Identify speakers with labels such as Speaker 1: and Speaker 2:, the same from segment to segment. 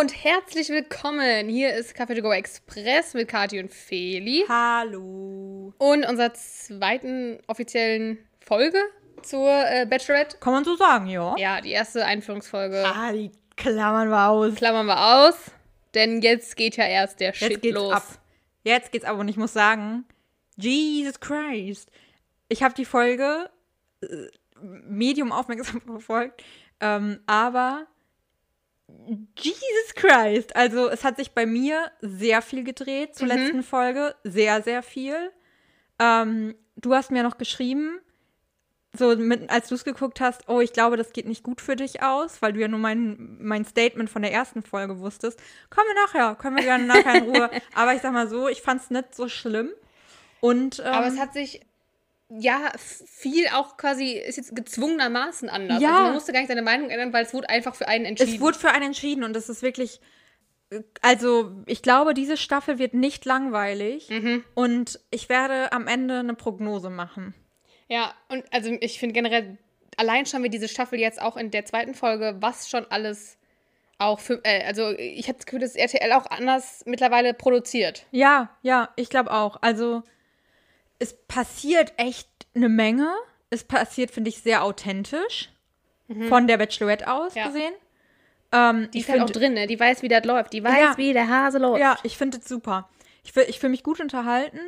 Speaker 1: und herzlich willkommen. Hier ist Café to Go Express mit Kati und Feli.
Speaker 2: Hallo.
Speaker 1: Und unserer zweiten offiziellen Folge zur äh, Bachelorette.
Speaker 2: Kann man so sagen, ja.
Speaker 1: Ja, die erste Einführungsfolge.
Speaker 2: Ah, die klammern wir aus.
Speaker 1: Klammern wir aus, denn jetzt geht ja erst der Shit
Speaker 2: Jetzt geht's
Speaker 1: los.
Speaker 2: ab. Jetzt geht's ab und ich muss sagen, Jesus Christ. Ich habe die Folge äh, medium aufmerksam verfolgt, ähm, aber Jesus Christ. Also es hat sich bei mir sehr viel gedreht
Speaker 1: Mhm.
Speaker 2: zur letzten Folge, sehr, sehr viel. Ähm, du hast mir noch geschrieben, so mit, als du es geguckt hast, oh, ich glaube, das geht nicht gut für dich aus, weil du ja nur mein, mein Statement von der ersten Folge wusstest. Kommen wir nachher, können wir gerne nachher in Ruhe. Aber ich sag mal so, ich fand es nicht so schlimm. Und ähm,
Speaker 1: Aber es hat sich ja f- viel auch quasi ist jetzt gezwungenermaßen anders.
Speaker 2: Ja.
Speaker 1: Also man musste gar nicht seine Meinung ändern, weil es wurde einfach für einen entschieden.
Speaker 2: es wurde für einen entschieden und das ist wirklich. äh, Also, ich glaube, diese Staffel wird nicht langweilig
Speaker 1: Mhm.
Speaker 2: und ich werde am Ende eine Prognose machen.
Speaker 1: Ja, und also ich finde generell, allein schon wie diese Staffel jetzt auch in der zweiten Folge, was schon alles auch für. Äh, also ich habe das Gefühl, dass RTL auch anders mittlerweile produziert.
Speaker 2: Ja, ja, ich glaube auch. Also es passiert echt eine Menge. Es passiert, finde ich, sehr authentisch. Von der Bachelorette aus
Speaker 1: Mhm. Ja.
Speaker 2: gesehen. Ähm,
Speaker 1: Die
Speaker 2: ich
Speaker 1: ist halt auch
Speaker 2: find-
Speaker 1: drin, ne? Die weiß, wie das läuft. Die weiß,
Speaker 2: Ja.
Speaker 1: wie der Hase läuft.
Speaker 2: Ja, ich finde es super. Ich fühle ich fühl mich gut unterhalten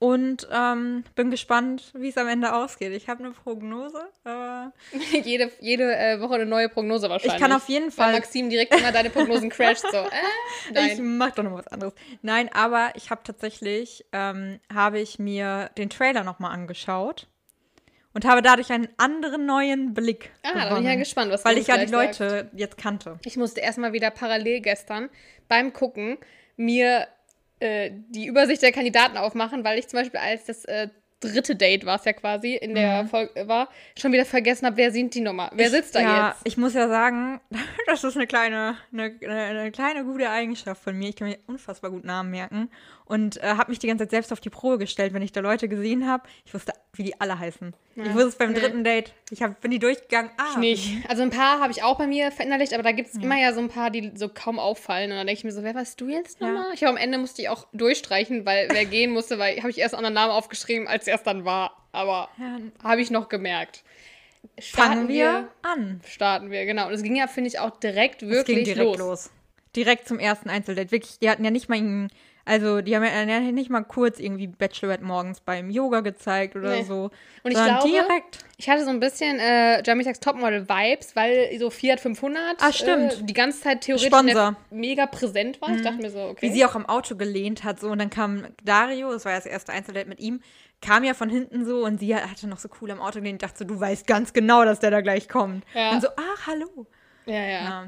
Speaker 2: und ähm, bin gespannt, wie es am Ende ausgeht. Ich habe eine Prognose. aber
Speaker 1: jede jede äh, Woche eine neue Prognose wahrscheinlich.
Speaker 2: ich kann auf jeden
Speaker 1: Weil
Speaker 2: Fall.
Speaker 1: Maxim direkt immer deine Prognosen crasht so. Äh,
Speaker 2: Ich
Speaker 1: nein.
Speaker 2: mach doch noch was anderes. Nein, aber ich habe tatsächlich, ähm, habe ich mir den Trailer nochmal angeschaut und habe dadurch einen anderen neuen Blick.
Speaker 1: Ah, da bin
Speaker 2: gewonnen,
Speaker 1: ich ja gespannt, was du
Speaker 2: Weil
Speaker 1: uns
Speaker 2: ich ja die
Speaker 1: gleich
Speaker 2: Leute jetzt kannte.
Speaker 1: Ich musste erstmal wieder parallel gestern beim Gucken mir äh, die Übersicht der Kandidaten aufmachen, weil ich zum Beispiel als das äh, dritte Date war es ja quasi in der Folge war, schon wieder vergessen habe, wer sind die Nummer? Wer sitzt da
Speaker 2: ja,
Speaker 1: jetzt?
Speaker 2: Mhm. Ich muss ja sagen, das ist eine kleine, eine, eine, eine kleine gute Eigenschaft von mir. Ich kann mir unfassbar gut Namen merken und äh, habe mich die ganze Zeit selbst auf die Probe gestellt, wenn ich da Leute gesehen habe. Ich wusste, wie die alle heißen. Ich wusste es beim dritten Date. Ich hab, bin die durchgegangen. Ah,
Speaker 1: Nicht. Also ein paar habe ich auch bei mir verinnerlicht, aber da gibt es
Speaker 2: Mhm.
Speaker 1: immer ja so ein paar, die so kaum auffallen. Und dann denke ich mir so, wer warst du jetzt nochmal? Ich habe am Ende musste ich auch durchstreichen, weil wer gehen musste, weil habe ich erst einen anderen Namen aufgeschrieben, als er es dann war. Aber
Speaker 2: Ja,
Speaker 1: habe ich noch gemerkt.
Speaker 2: fangen
Speaker 1: Starten
Speaker 2: wir an.
Speaker 1: starten wir, genau. Und es ging ja, finde ich, auch direkt
Speaker 2: Es
Speaker 1: wirklich
Speaker 2: ging direkt los.
Speaker 1: los.
Speaker 2: Direkt zum ersten Einzeldate. Wirklich, die hatten ja nicht mal irgendein- also die haben ja nicht mal kurz irgendwie Bachelorette morgens beim Yoga gezeigt oder
Speaker 1: Nee.
Speaker 2: so.
Speaker 1: Und ich
Speaker 2: sondern
Speaker 1: glaube-
Speaker 2: direkt.
Speaker 1: Ich hatte so ein bisschen äh, Jamitax Topmodel-Vibes, weil so Fiat 500
Speaker 2: Ah, stimmt.
Speaker 1: Äh, die ganze Zeit theoretisch
Speaker 2: Sponsor. Mhm.
Speaker 1: in der- mega präsent war. Ich dachte mir so, okay.
Speaker 2: Wie sie auch am Auto gelehnt hat, so. Und dann kam Dario, das war ja das erste Einzeldate mit ihm, kam ja von hinten so und sie hatte noch so cool am Auto gelehnt. Dachte so, du weißt ganz genau, dass der da gleich kommt.
Speaker 1: Ja.
Speaker 2: Und so, ach, hallo.
Speaker 1: ja, ja.
Speaker 2: Ja.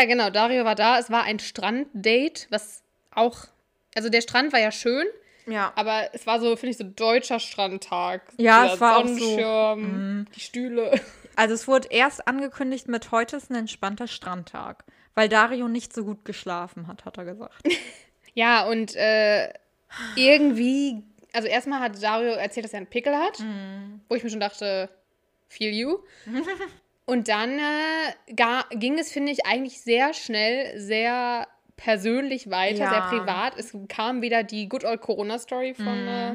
Speaker 1: ja, genau. Dario war da. Es war ein Stranddate, was auch. Also der Strand war ja schön,
Speaker 2: Ja.
Speaker 1: aber es war so, finde ich, so deutscher Strandtag.
Speaker 2: Ja,
Speaker 1: Dieser
Speaker 2: es war auch so, Mhm.
Speaker 1: Sonnenschirm, die Stühle.
Speaker 2: Also es wurde erst angekündigt mit heute ist ein entspannter Strandtag. Weil Dario nicht so gut geschlafen hat, hat er gesagt.
Speaker 1: Ja, und äh, irgendwie, also erstmal hat Dario erzählt, dass er einen Pickel hat,
Speaker 2: Mhm.
Speaker 1: wo ich mir schon dachte, feel you. und dann äh, ga, ging es, finde ich, eigentlich sehr schnell, sehr persönlich weiter,
Speaker 2: Ja. Mhm.
Speaker 1: sehr privat. Es kam wieder die Good Old Corona-Story von äh,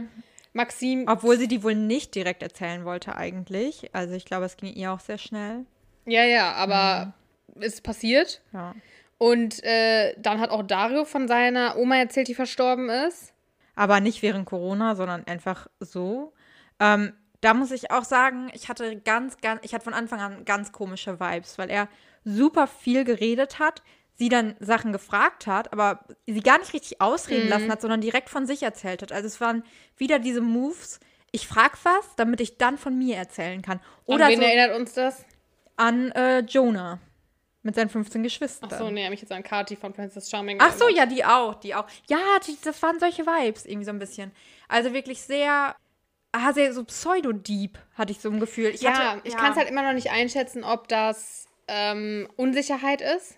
Speaker 1: Maxim.
Speaker 2: Obwohl sie die wohl nicht direkt erzählen wollte eigentlich. Also ich glaube, es ging ihr auch sehr schnell.
Speaker 1: Ja, ja, aber
Speaker 2: Mhm.
Speaker 1: es ist passiert.
Speaker 2: Ja.
Speaker 1: Und äh, dann hat auch Dario von seiner Oma erzählt, die verstorben ist.
Speaker 2: Aber nicht während Corona, sondern einfach so. Ähm, da muss ich auch sagen, ich hatte ganz, ganz, ich hatte von Anfang an ganz komische Vibes, weil er super viel geredet hat, sie dann Sachen gefragt hat, aber sie gar nicht richtig ausreden
Speaker 1: Mhm.
Speaker 2: lassen hat, sondern direkt von sich erzählt hat. Also es waren wieder diese Moves, ich frag was, damit ich dann von mir erzählen kann. Oder
Speaker 1: An wen
Speaker 2: so
Speaker 1: erinnert uns das?
Speaker 2: an äh, Jonah mit seinen 15 Geschwistern.
Speaker 1: Achso, nee, hab ich jetzt an Kati von Princess Charming.
Speaker 2: Ach so,
Speaker 1: erinnert.
Speaker 2: ja, die auch, die auch. Ja, die, das waren solche Vibes irgendwie so ein bisschen. Also wirklich sehr, ah, sehr so pseudo-deep, hatte ich so ein Gefühl. Ich
Speaker 1: Ja,
Speaker 2: hatte,
Speaker 1: ich kann es halt immer noch nicht einschätzen, ob das ähm, Unsicherheit ist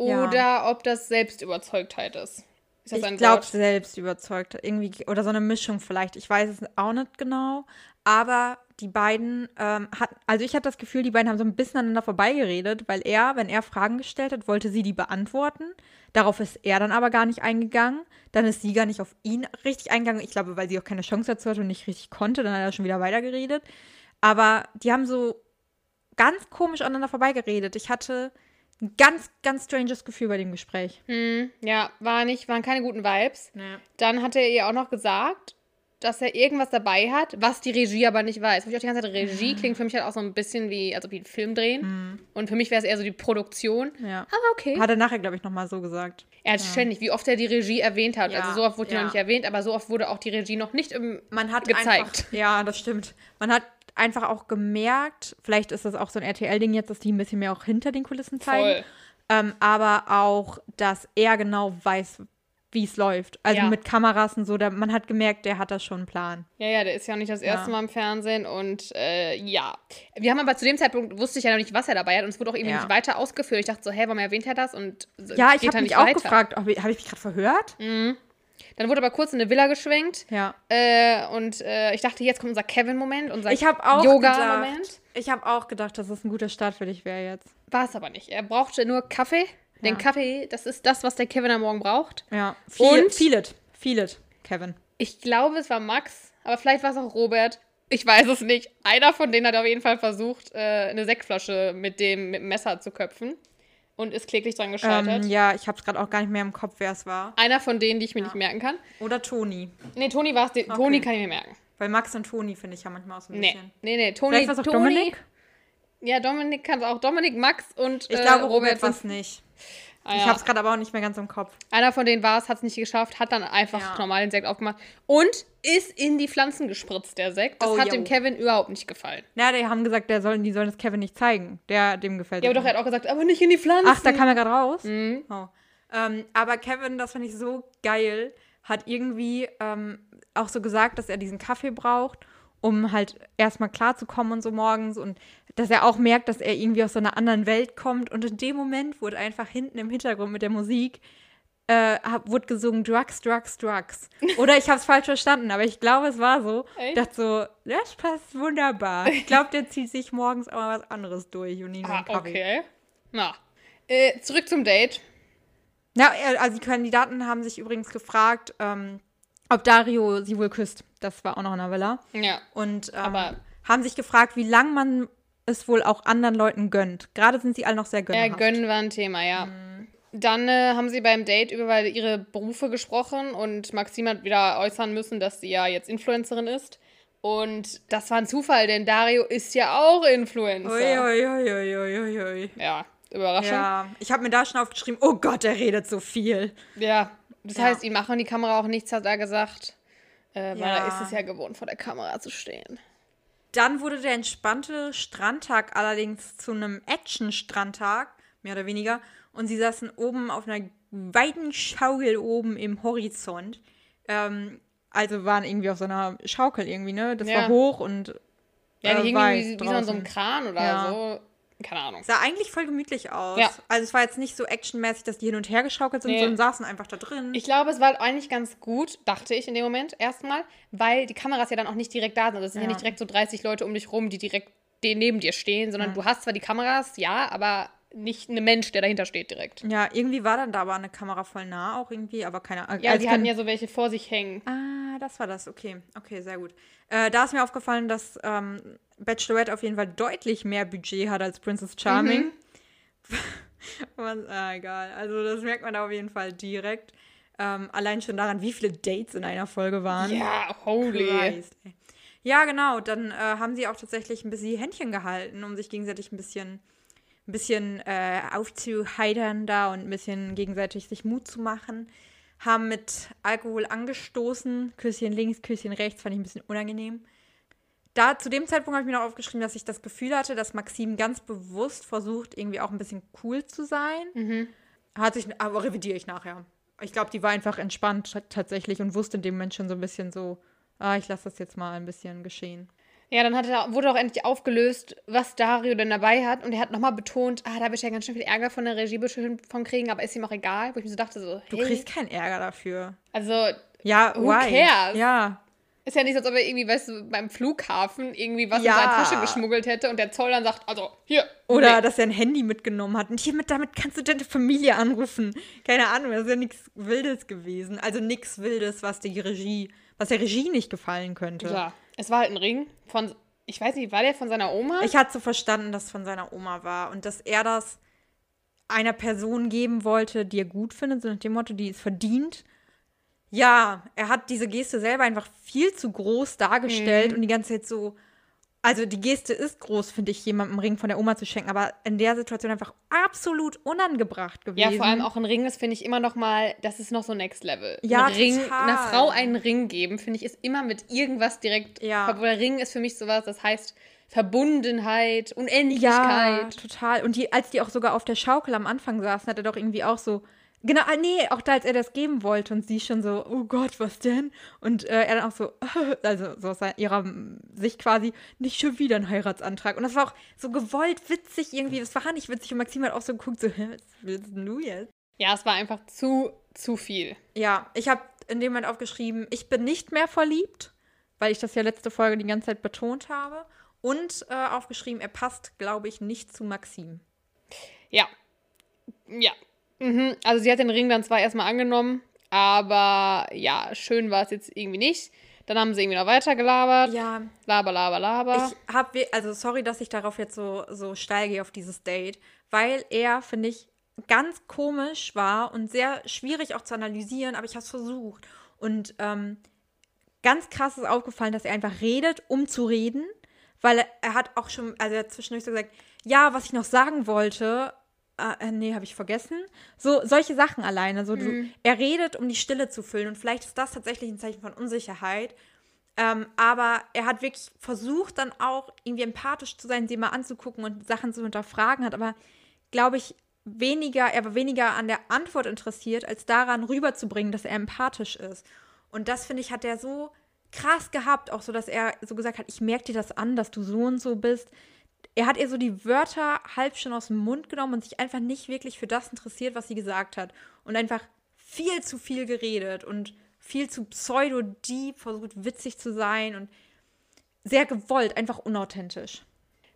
Speaker 2: Ja.
Speaker 1: oder ob das Selbstüberzeugtheit ist. Ist das
Speaker 2: Ich
Speaker 1: ein
Speaker 2: glaube,
Speaker 1: Wort?
Speaker 2: selbst überzeugt. Irgendwie, oder so eine Mischung vielleicht. Ich weiß es auch nicht genau. Aber die beiden ähm, hatten, also ich hatte das Gefühl, die beiden haben so ein bisschen aneinander vorbeigeredet, weil er, wenn er Fragen gestellt hat, wollte sie die beantworten. Darauf ist er dann aber gar nicht eingegangen. Dann ist sie gar nicht auf ihn richtig eingegangen. Ich glaube, weil sie auch keine Chance dazu hatte und nicht richtig konnte. Dann hat er schon wieder weitergeredet. Aber die haben so ganz komisch aneinander vorbeigeredet. Ich hatte ein ganz, ganz stranges Gefühl bei dem Gespräch.
Speaker 1: Hm, ja, war nicht, waren keine guten Vibes.
Speaker 2: Ja.
Speaker 1: Dann hat er ihr auch noch gesagt, dass er irgendwas dabei hat, was die Regie aber nicht weiß. Wo ich auch die ganze Zeit
Speaker 2: Mhm.
Speaker 1: Regie klingt für mich halt auch so ein bisschen wie, als ob die einen Film drehen. Und für mich wäre es eher so die Produktion.
Speaker 2: ja.
Speaker 1: Aber okay.
Speaker 2: Hat er nachher, glaube ich, nochmal so gesagt.
Speaker 1: er hat ständig, wie oft er die Regie erwähnt hat.
Speaker 2: Ja,
Speaker 1: Also so oft wurde die
Speaker 2: ja.
Speaker 1: noch nicht erwähnt, aber so oft wurde auch die Regie noch nicht im.
Speaker 2: man hat
Speaker 1: gezeigt.
Speaker 2: Einfach, ja, das stimmt. Man hat einfach auch gemerkt, vielleicht ist das auch so ein RTL-Ding jetzt, dass die ein bisschen mehr auch hinter den Kulissen zeigen.
Speaker 1: Voll.
Speaker 2: Ähm, aber auch, dass er genau weiß, wie es läuft. Also
Speaker 1: Ja.
Speaker 2: mit Kameras und so. Da, man hat gemerkt, der hat da schon einen Plan.
Speaker 1: Ja, ja, der ist ja auch nicht das erste
Speaker 2: Ja.
Speaker 1: Mal im Fernsehen und äh, ja. Wir haben aber zu dem Zeitpunkt wusste ich ja noch nicht, was er dabei hat und es wurde auch irgendwie
Speaker 2: Ja.
Speaker 1: nicht weiter ausgeführt. Ich dachte so, hä, warum erwähnt er das? Und so
Speaker 2: Ja, ich
Speaker 1: Äh, geht
Speaker 2: habe
Speaker 1: dann
Speaker 2: mich
Speaker 1: nicht
Speaker 2: auch
Speaker 1: weiter. Mhm.
Speaker 2: gefragt, habe ich mich gerade verhört?
Speaker 1: Dann wurde aber kurz in eine Villa geschwenkt.
Speaker 2: Ja.
Speaker 1: Äh, und äh, ich dachte, jetzt kommt unser Kevin-Moment, unser
Speaker 2: Ich habe auch
Speaker 1: Yoga-Moment.
Speaker 2: gedacht, ich habe auch gedacht, dass es ein guter Start für dich wäre jetzt.
Speaker 1: War es aber nicht. Er brauchte nur Kaffee. Den
Speaker 2: Ja.
Speaker 1: Kaffee, das ist das, was der Kevin am Morgen braucht.
Speaker 2: Ja. Viel,
Speaker 1: Und-
Speaker 2: und viel it, viel it, Kevin.
Speaker 1: Ich glaube, es war Max, aber vielleicht war es auch Robert. Ich weiß es nicht. Einer von denen hat auf jeden Fall versucht, äh, eine Sektflasche mit dem, mit dem Messer zu köpfen und ist kläglich dran gescheitert.
Speaker 2: Ähm, ja, ich habe es gerade auch gar nicht mehr im Kopf, wer es war.
Speaker 1: Einer von denen, die ich mir
Speaker 2: Ja.
Speaker 1: nicht merken kann.
Speaker 2: Oder Toni.
Speaker 1: Nee, Toni war es. die- Toni kann ich mir merken.
Speaker 2: Weil Max und Toni finde ich ja manchmal auch so ein
Speaker 1: Nee,
Speaker 2: bisschen.
Speaker 1: nee, nee. Toni,
Speaker 2: Vielleicht war es auch
Speaker 1: Toni,
Speaker 2: Dominik?
Speaker 1: Ja, Dominik kann es auch. Dominik, Max und
Speaker 2: Ich
Speaker 1: äh,
Speaker 2: glaube, Robert
Speaker 1: sind-
Speaker 2: war es nicht.
Speaker 1: Ah,
Speaker 2: Ich
Speaker 1: ja.
Speaker 2: habe es gerade aber auch nicht mehr ganz im Kopf.
Speaker 1: Einer von denen war es, hat es nicht geschafft, hat dann einfach
Speaker 2: Ja.
Speaker 1: normal den Sekt aufgemacht und ist in die Pflanzen gespritzt, der Sekt. Das
Speaker 2: Oh,
Speaker 1: hat
Speaker 2: yo.
Speaker 1: dem Kevin überhaupt nicht gefallen.
Speaker 2: Na, die haben gesagt, der sollen, die sollen das Kevin nicht zeigen. Der, dem gefällt
Speaker 1: Ja,
Speaker 2: es
Speaker 1: aber doch,
Speaker 2: nicht.
Speaker 1: er hat auch gesagt, aber nicht in die Pflanzen.
Speaker 2: Ach, da kam er gerade raus?
Speaker 1: Mhm.
Speaker 2: Oh. Ähm, aber Kevin, das finde ich so geil, hat irgendwie ähm, auch so gesagt, dass er diesen Kaffee braucht, um halt erstmal klarzukommen und so morgens und dass er auch merkt, dass er irgendwie aus so einer anderen Welt kommt. Und in dem Moment wurde einfach hinten im Hintergrund mit der Musik äh, hab, wurde gesungen Drugs, Drugs, Drugs. Oder ich habe es falsch verstanden, aber ich glaube, es war so.
Speaker 1: Echt?
Speaker 2: Ich dachte so, das passt wunderbar. Ich glaube, der zieht sich morgens auch mal was anderes durch und nicht nur
Speaker 1: Ah,
Speaker 2: einen Kaffee.
Speaker 1: okay. Na. Äh, zurück zum Date.
Speaker 2: Na, äh, also die Kandidaten haben sich übrigens gefragt, ähm, ob Dario sie wohl küsst. Das war auch noch in der Villa.
Speaker 1: Ja.
Speaker 2: Und ähm,
Speaker 1: Aber-
Speaker 2: haben sich gefragt, wie lange man es wohl auch anderen Leuten gönnt. Gerade sind sie alle noch sehr
Speaker 1: Ja,
Speaker 2: gönnerhaft.
Speaker 1: gönnen war ein Thema, ja.
Speaker 2: Mhm.
Speaker 1: Dann äh, haben sie beim Date über ihre Berufe gesprochen und Maxim hat wieder äußern müssen, dass sie ja jetzt Influencerin ist. Und das war ein Zufall, denn Dario ist ja auch Influencer.
Speaker 2: Ui, ui, ui, ui, ui, ui, ui.
Speaker 1: Ja, Überraschung.
Speaker 2: Ja, ich habe mir da schon aufgeschrieben, oh Gott, der redet so viel.
Speaker 1: Ja, das
Speaker 2: Ja.
Speaker 1: heißt, ihm machen die Kamera auch nichts, hat er gesagt. Äh, weil
Speaker 2: Ja.
Speaker 1: er ist es ja gewohnt, vor der Kamera zu stehen.
Speaker 2: Dann wurde der entspannte Strandtag allerdings zu einem Action-Strandtag, mehr oder weniger. Und sie saßen oben auf einer weiten Schaukel oben im Horizont. Ähm, also waren irgendwie auf so einer Schaukel irgendwie, ne? Das
Speaker 1: Ja.
Speaker 2: war hoch und
Speaker 1: Ja,
Speaker 2: Äh,
Speaker 1: die hingen
Speaker 2: weit
Speaker 1: irgendwie wie so an so einem
Speaker 2: draußen.
Speaker 1: Kran oder
Speaker 2: Ja.
Speaker 1: so. Keine Ahnung.
Speaker 2: sah eigentlich voll gemütlich aus.
Speaker 1: Ja.
Speaker 2: Also es war jetzt nicht so actionmäßig, dass die hin und her geschaukelt sind,
Speaker 1: Nee.
Speaker 2: sondern saßen einfach da drin.
Speaker 1: Ich glaube, es war eigentlich ganz gut, dachte ich in dem Moment erstmal, weil die Kameras ja dann auch nicht direkt da sind. Also es sind ja.
Speaker 2: Ja.
Speaker 1: nicht direkt so 30 Leute um dich rum, die direkt die neben dir stehen, sondern du hast zwar die Kameras, ja, aber nicht ein Mensch, der dahinter steht direkt.
Speaker 2: ja, irgendwie war dann da aber eine Kamera voll nah auch irgendwie, aber keine Ahnung.
Speaker 1: Ja,
Speaker 2: Also
Speaker 1: die
Speaker 2: kein-
Speaker 1: hatten ja so welche vor sich hängen.
Speaker 2: Ah, das war das. Okay, okay, sehr gut. Äh, da ist mir aufgefallen, dass ähm, Bachelorette auf jeden Fall deutlich mehr Budget hat als Princess Charming. Was, ah, egal. Also das merkt man da auf jeden Fall direkt. Ähm, allein schon daran, wie viele Dates in einer Folge waren.
Speaker 1: Ja, holy.
Speaker 2: Christ, ey. Ja, genau. Dann äh, haben sie auch tatsächlich ein bisschen Händchen gehalten, um sich gegenseitig ein bisschen, ein bisschen äh, aufzuheitern da und ein bisschen gegenseitig sich Mut zu machen. Haben mit Alkohol angestoßen. Küsschen links, Küsschen rechts. Fand ich ein bisschen unangenehm. Da, zu dem Zeitpunkt habe ich mir noch aufgeschrieben, dass ich das Gefühl hatte, dass Maxim ganz bewusst versucht, irgendwie auch ein bisschen cool zu sein. Hat sich, aber revidiere ich nachher. Ich glaube, die war einfach entspannt t- tatsächlich und wusste in dem Moment schon so ein bisschen so, ah, ich lasse das jetzt mal ein bisschen geschehen.
Speaker 1: Ja, dann hat er, wurde auch endlich aufgelöst, was Dario denn dabei hat. Und er hat nochmal betont, ah, da wird ja ganz schön viel Ärger von der Regie bestimmt von kriegen, aber ist ihm auch egal. Wo ich mir so dachte, so,
Speaker 2: Du
Speaker 1: hey.
Speaker 2: kriegst keinen Ärger dafür.
Speaker 1: Also,
Speaker 2: Ja,
Speaker 1: Who
Speaker 2: why?
Speaker 1: cares?
Speaker 2: Ja.
Speaker 1: Ist ja nicht, als ob er irgendwie, weißt du, beim Flughafen irgendwie was
Speaker 2: Ja.
Speaker 1: in seine Tasche geschmuggelt hätte und der Zoll dann sagt, also hier.
Speaker 2: Oder
Speaker 1: nee.
Speaker 2: dass er ein Handy mitgenommen hat. Und hiermit, damit kannst du deine Familie anrufen. Keine Ahnung, das ist ja nichts Wildes gewesen. Also nichts Wildes, was die Regie, was der Regie nicht gefallen könnte.
Speaker 1: Ja, es war halt ein Ring von, ich weiß nicht, war der von seiner Oma?
Speaker 2: Ich hatte so verstanden, dass es von seiner Oma war und dass er das einer Person geben wollte, die er gut findet, so nach dem Motto, die es verdient. Ja, er hat diese Geste selber einfach viel zu groß dargestellt
Speaker 1: Mhm.
Speaker 2: und die ganze Zeit so. Also die Geste ist groß, finde ich, jemandem einen Ring von der Oma zu schenken, aber in der Situation einfach absolut unangebracht gewesen.
Speaker 1: ja, vor allem auch ein Ring, das finde ich immer noch mal, das ist noch so Next Level.
Speaker 2: Ja,
Speaker 1: ein Ring,
Speaker 2: total.
Speaker 1: einer Frau einen Ring geben, finde ich, ist immer mit irgendwas direkt.
Speaker 2: Ja.
Speaker 1: verbunden. Oder Ring ist für mich sowas, das heißt Verbundenheit,
Speaker 2: Ja,
Speaker 1: Unendlichkeit.
Speaker 2: total. Und die, als die auch sogar auf der Schaukel am Anfang saßen, hat er doch irgendwie auch so. Genau, ah, nee, auch da, als er das geben wollte und sie schon so, oh Gott, was denn? Und äh, er dann auch so, also so aus seiner- ihrer mm, Sicht quasi, nicht schon wieder ein Heiratsantrag. Und das war auch so gewollt witzig irgendwie, das war nicht witzig. Und Maxim hat auch so geguckt, so, hä, was willst denn du jetzt?
Speaker 1: Ja. es war einfach zu, zu viel.
Speaker 2: Ja, ich habe in dem Moment aufgeschrieben, ich bin nicht mehr verliebt, weil ich das ja letzte Folge die ganze Zeit betont habe. Und äh, aufgeschrieben, er passt, glaube ich, nicht zu Maxim.
Speaker 1: Ja. Ja. Mhm. Also sie hat den Ring dann zwar erstmal angenommen, aber ja, schön war es jetzt irgendwie nicht. Dann haben sie irgendwie noch weiter gelabert.
Speaker 2: Ja,
Speaker 1: Laber, laber, laber.
Speaker 2: Ich habe, also sorry, dass ich darauf jetzt so, so steige auf dieses Date, weil er, finde ich, ganz komisch war und sehr schwierig auch zu analysieren, aber ich habe es versucht. Und ähm, ganz krass ist aufgefallen, dass er einfach redet, um zu reden, weil er, er hat auch schon, also er hat zwischendurch so gesagt, ja, was ich noch sagen wollte, äh, äh, nee, habe ich vergessen. So, solche Sachen alleine. So, du, er redet, um die Stille zu füllen und vielleicht ist das tatsächlich ein Zeichen von Unsicherheit, ähm, aber er hat wirklich versucht, dann auch irgendwie empathisch zu sein, sie mal anzugucken und Sachen zu hinterfragen, hat aber, glaube ich, weniger, er war weniger an der Antwort interessiert, als daran rüberzubringen, dass er empathisch ist. Und das, finde ich, hat er so krass gehabt, auch so, dass er so gesagt hat, ich merke dir das an, dass du so und so bist. Er hat ihr so die Wörter halb schon aus dem Mund genommen und sich einfach nicht wirklich für das interessiert, was sie gesagt hat. Und einfach viel zu viel geredet und viel zu pseudo-deep, versucht witzig zu sein und sehr gewollt, einfach unauthentisch.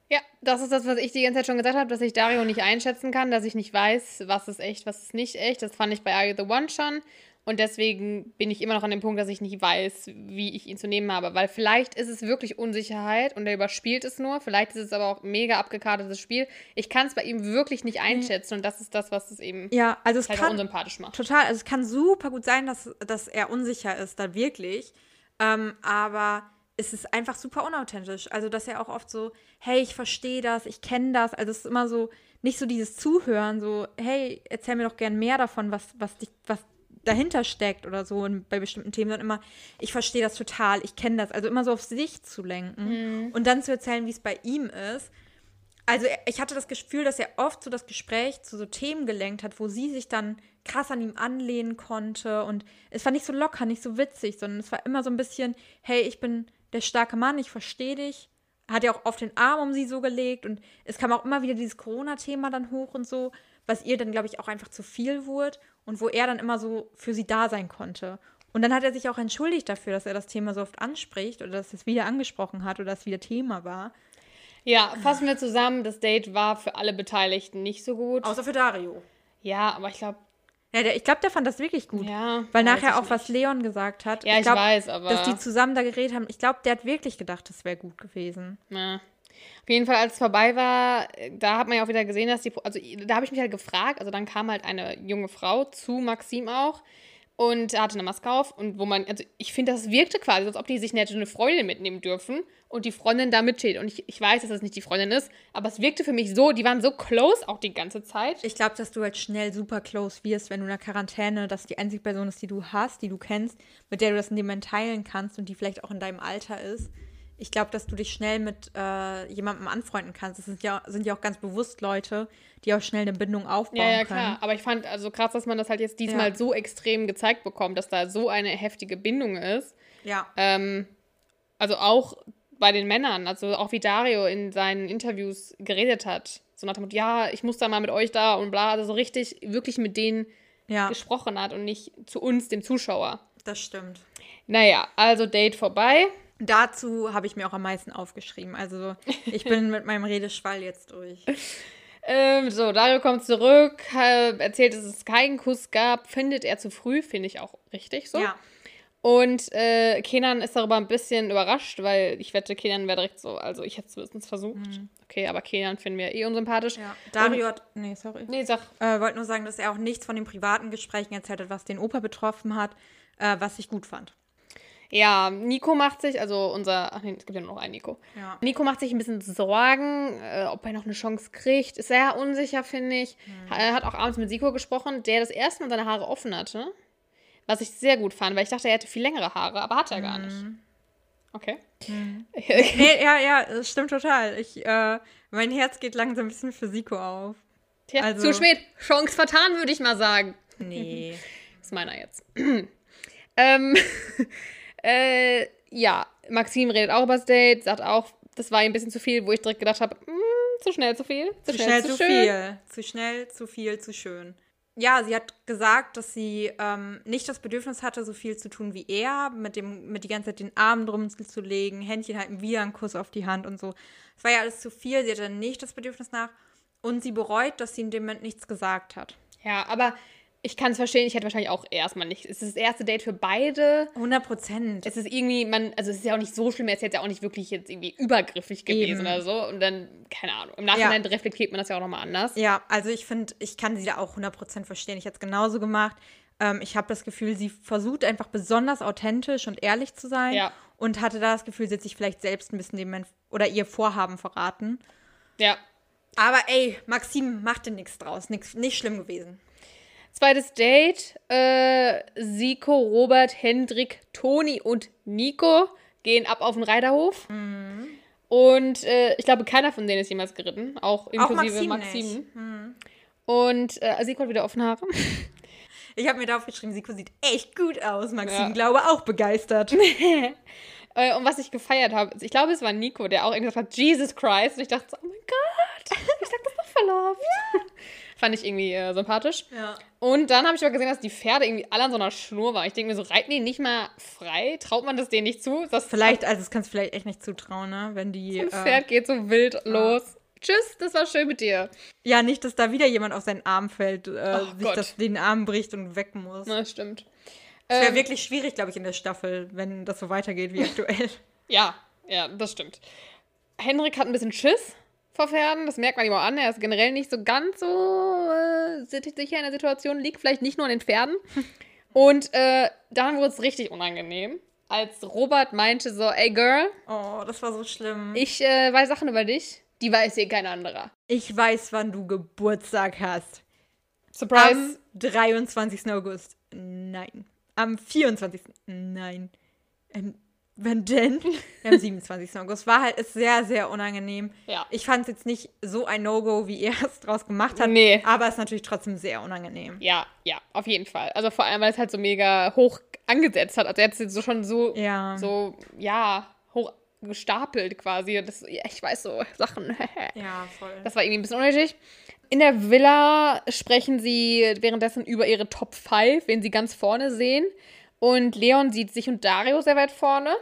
Speaker 1: Ja, das ist das, was ich die ganze Zeit schon gesagt habe, dass ich Dario nicht einschätzen kann, dass ich nicht weiß, was ist echt, was ist nicht echt. Das fand ich bei Are You the One schon. Und deswegen bin ich immer noch an dem Punkt, dass ich nicht weiß, wie ich ihn zu nehmen habe. Weil vielleicht ist es wirklich Unsicherheit und er überspielt es nur. Vielleicht ist es aber auch mega abgekartetes Spiel. Ich kann es bei ihm wirklich nicht einschätzen. Und das ist das, was es eben
Speaker 2: Ja, also es
Speaker 1: halt auch
Speaker 2: Mhm. kann
Speaker 1: unsympathisch macht.
Speaker 2: Total, also es kann super gut sein, dass, dass er unsicher ist, da wirklich. Ähm, aber es ist einfach super unauthentisch. Also, dass er auch oft so, hey, ich verstehe das, ich kenne das. Also, es ist immer so, nicht so dieses Zuhören, so, hey, erzähl mir doch gern mehr davon, was, was, dich, was dahinter steckt oder so und bei bestimmten Themen, sondern immer, ich verstehe das total, ich kenne das. Also, immer so auf sich zu lenken und dann zu erzählen, wie es bei ihm ist. Also er- ich hatte das Gefühl, dass er oft so das Gespräch zu so Themen gelenkt hat, wo sie sich dann krass an ihm anlehnen konnte. Und es war nicht so locker, nicht so witzig, sondern es war immer so ein bisschen, hey, ich bin der starke Mann, ich verstehe dich. Hat ja auch oft den Arm um sie so gelegt. Und es kam auch immer wieder dieses Corona-Thema dann hoch und so, was ihr dann, glaube ich, auch einfach zu viel wurde und wo er dann immer so für sie da sein konnte. Und dann hat er sich auch entschuldigt dafür, dass er das Thema so oft anspricht oder dass es wieder angesprochen hat oder dass es wieder Thema war.
Speaker 1: Ja, fassen wir zusammen. Das Date war für alle Beteiligten nicht so gut.
Speaker 2: Außer für Dario.
Speaker 1: Ja, aber ich glaube,
Speaker 2: Ja, der, ich glaube, der fand das wirklich gut.
Speaker 1: ja.
Speaker 2: Weil
Speaker 1: weiß
Speaker 2: nachher
Speaker 1: ich
Speaker 2: auch,
Speaker 1: nicht.
Speaker 2: was Leon gesagt hat,
Speaker 1: Ja, ich
Speaker 2: glaub,
Speaker 1: weiß, aber-
Speaker 2: dass die zusammen da geredet haben, ich glaube, der hat wirklich gedacht, das wäre gut gewesen.
Speaker 1: Ja. Auf jeden Fall, als es vorbei war, da hat man ja auch wieder gesehen, dass die, also da habe ich mich halt gefragt, also dann kam halt eine junge Frau zu Maxim auch und hatte eine Maske auf und wo man, also ich finde, das wirkte quasi, als ob die sich eine, eine Freundin mitnehmen dürfen und die Freundin da mitsteht und ich, ich weiß, dass das nicht die Freundin ist, aber es wirkte für mich so, die waren so close auch die ganze Zeit.
Speaker 2: Ich glaube, dass du halt schnell super close wirst, wenn du in der Quarantäne, dass die einzige Person ist, die du hast, die du kennst, mit der du das in dem Moment teilen kannst und die vielleicht auch in deinem Alter ist. Ich glaube, dass du dich schnell mit äh, jemandem anfreunden kannst. Das sind ja, sind ja auch ganz bewusst Leute, die auch schnell eine Bindung aufbauen
Speaker 1: Ja, ja,
Speaker 2: können.
Speaker 1: klar. Aber ich fand also krass, dass man das halt jetzt diesmal
Speaker 2: Ja.
Speaker 1: so extrem gezeigt bekommt, dass da so eine heftige Bindung ist.
Speaker 2: Ja.
Speaker 1: Ähm, also auch bei den Männern, also auch wie Dario in seinen Interviews geredet hat. So nach dem Motto, ja, ich muss da mal mit euch da und bla. Also so richtig, wirklich mit denen
Speaker 2: ja,
Speaker 1: gesprochen hat und nicht zu uns, dem Zuschauer.
Speaker 2: das stimmt.
Speaker 1: Naja, also Date vorbei.
Speaker 2: Dazu habe ich mir auch am meisten aufgeschrieben. Also ich bin mit meinem Redeschwall jetzt durch.
Speaker 1: Ähm, so, Dario kommt zurück, äh, erzählt, dass es keinen Kuss gab, findet er zu früh, finde ich auch richtig so.
Speaker 2: Ja.
Speaker 1: Und äh, Kenan ist darüber ein bisschen überrascht, weil ich wette, Kenan wäre direkt so, also ich hätte es zumindest versucht. Okay, aber Kenan finden wir eh unsympathisch.
Speaker 2: Mhm. ja. Dario hat. Nee, sorry.
Speaker 1: Nee, sag,
Speaker 2: Äh, wollte nur sagen, dass er auch nichts von den privaten Gesprächen erzählt hat, was den Opa betroffen hat, äh, was ich gut fand.
Speaker 1: ja, Nico macht sich, also unser, ach nee, es gibt ja noch einen Nico.
Speaker 2: Ja.
Speaker 1: Nico macht sich ein bisschen Sorgen, äh, ob er noch eine Chance kriegt. Ist sehr unsicher, finde ich. Er hat auch abends mit Siko gesprochen, der das erste Mal seine Haare offen hatte. Was ich sehr gut fand, weil ich dachte, er hätte viel längere Haare, aber hat er gar nicht. Okay.
Speaker 2: Nee, ja, ja, es stimmt total. Ich, äh, mein Herz geht langsam ein bisschen für Siko auf.
Speaker 1: Tja,
Speaker 2: Also-
Speaker 1: zu spät. Chance vertan, würde ich mal sagen.
Speaker 2: Nee.
Speaker 1: Ist meiner jetzt. ähm, äh, ja, Maxim redet auch über das Date, sagt auch, das war ihm ein bisschen zu viel, wo ich direkt gedacht habe, "Mm, zu schnell, zu viel.
Speaker 2: zu schnell, zu viel. Zu schnell, zu viel, zu schön. Ja, sie hat gesagt, dass sie ähm, nicht das Bedürfnis hatte, so viel zu tun wie er, mit dem, mit die ganze Zeit den Arm drum zu legen, Händchen halten, wieder einen Kuss auf die Hand und so. Es war ja alles zu viel, sie hatte nicht das Bedürfnis nach und sie bereut, dass sie in dem Moment nichts gesagt hat.
Speaker 1: Ja, aber ich kann es verstehen, ich hätte wahrscheinlich auch erstmal nicht. Es ist das erste Date für beide.
Speaker 2: 100 Prozent.
Speaker 1: Es ist irgendwie, man, also es ist ja auch nicht so schlimm, er ist jetzt ja auch nicht wirklich jetzt irgendwie übergriffig gewesen
Speaker 2: Eben.
Speaker 1: oder so. Und dann, keine Ahnung, im Nachhinein reflektiert man das ja auch nochmal anders.
Speaker 2: Ja, also ich finde, ich kann sie da auch 100% verstehen. Ich hätte es genauso gemacht. Ähm, ich habe das Gefühl, sie versucht einfach besonders authentisch und ehrlich zu sein.
Speaker 1: Ja.
Speaker 2: Und hatte da das Gefühl, sie hat sich vielleicht selbst ein bisschen dem Moment- oder ihr Vorhaben verraten.
Speaker 1: ja.
Speaker 2: Aber ey, Maxim machte nichts draus. Nix, nicht schlimm gewesen.
Speaker 1: Zweites Date. Äh, Siko, Robert, Hendrik, Toni und Nico gehen ab auf den Reiterhof.
Speaker 2: Mhm.
Speaker 1: Und äh, ich glaube, keiner von denen ist jemals geritten. Auch inklusive
Speaker 2: Maxim
Speaker 1: Maxim.
Speaker 2: nicht. Mhm.
Speaker 1: Und äh, Siko hat wieder offene Haare.
Speaker 2: Ich habe mir da aufgeschrieben, Siko sieht echt gut aus. Maxim,
Speaker 1: Ja.
Speaker 2: glaube auch begeistert.
Speaker 1: Äh, und was ich gefeiert habe, ich glaube, es war Nico, der auch irgendwie gesagt hat, Jesus Christ. Und ich dachte so, oh mein Gott, ich sag das doch verlaufen. Fand ich irgendwie äh, sympathisch.
Speaker 2: Ja.
Speaker 1: Und dann habe ich aber gesehen, dass die Pferde irgendwie alle an so einer Schnur waren. Ich denke mir so, reiten die nicht mal frei? Traut man das denen nicht zu? Das
Speaker 2: Vielleicht, also das kannst du vielleicht echt nicht zutrauen, ne? Wenn die.
Speaker 1: Das
Speaker 2: Äh,
Speaker 1: Pferd geht so wild los. Tschüss, das war schön mit dir.
Speaker 2: ja, nicht, dass da wieder jemand auf seinen Arm fällt, äh,
Speaker 1: Oh
Speaker 2: sich
Speaker 1: Gott.
Speaker 2: das, den Arm bricht und weg muss.
Speaker 1: Na, stimmt.
Speaker 2: Es wäre
Speaker 1: Ähm,
Speaker 2: wirklich schwierig, glaube ich, in der Staffel, wenn das so weitergeht wie aktuell.
Speaker 1: Ja, ja, das stimmt. Henrik hat ein bisschen Schiss vor Pferden. Das merkt man ihm auch an. Er ist generell nicht so ganz so äh, sit- sicher in der Situation. Liegt vielleicht nicht nur an den Pferden. Und äh, dann wurde es richtig unangenehm, als Robert meinte so, ey Girl,
Speaker 2: Oh, das war so schlimm. Ich,
Speaker 1: ich äh, weiß Sachen über dich, die weiß hier kein anderer.
Speaker 2: weiß, wann du Geburtstag hast.
Speaker 1: Surprise.
Speaker 2: Am 23. August. Nein. Am 24. Nein. Ähm, wenn denn? Am 27. August. War halt ist sehr, sehr unangenehm.
Speaker 1: Ja.
Speaker 2: Ich fand es jetzt nicht so ein No-Go, wie er es draus gemacht hat.
Speaker 1: Nee.
Speaker 2: Aber es ist natürlich trotzdem sehr unangenehm.
Speaker 1: Ja, ja, auf jeden Fall. Also vor allem, weil es halt so mega hoch angesetzt hat. Also er hat es jetzt so schon so,
Speaker 2: Ja.
Speaker 1: so, ja, hoch gestapelt quasi. Und das, ja, ich weiß so Sachen.
Speaker 2: Ja, voll.
Speaker 1: das war irgendwie ein bisschen unnötig. In der Villa sprechen sie währenddessen über ihre Top 5, wen sie ganz vorne sehen. Und Leon sieht sich und Dario sehr weit vorne.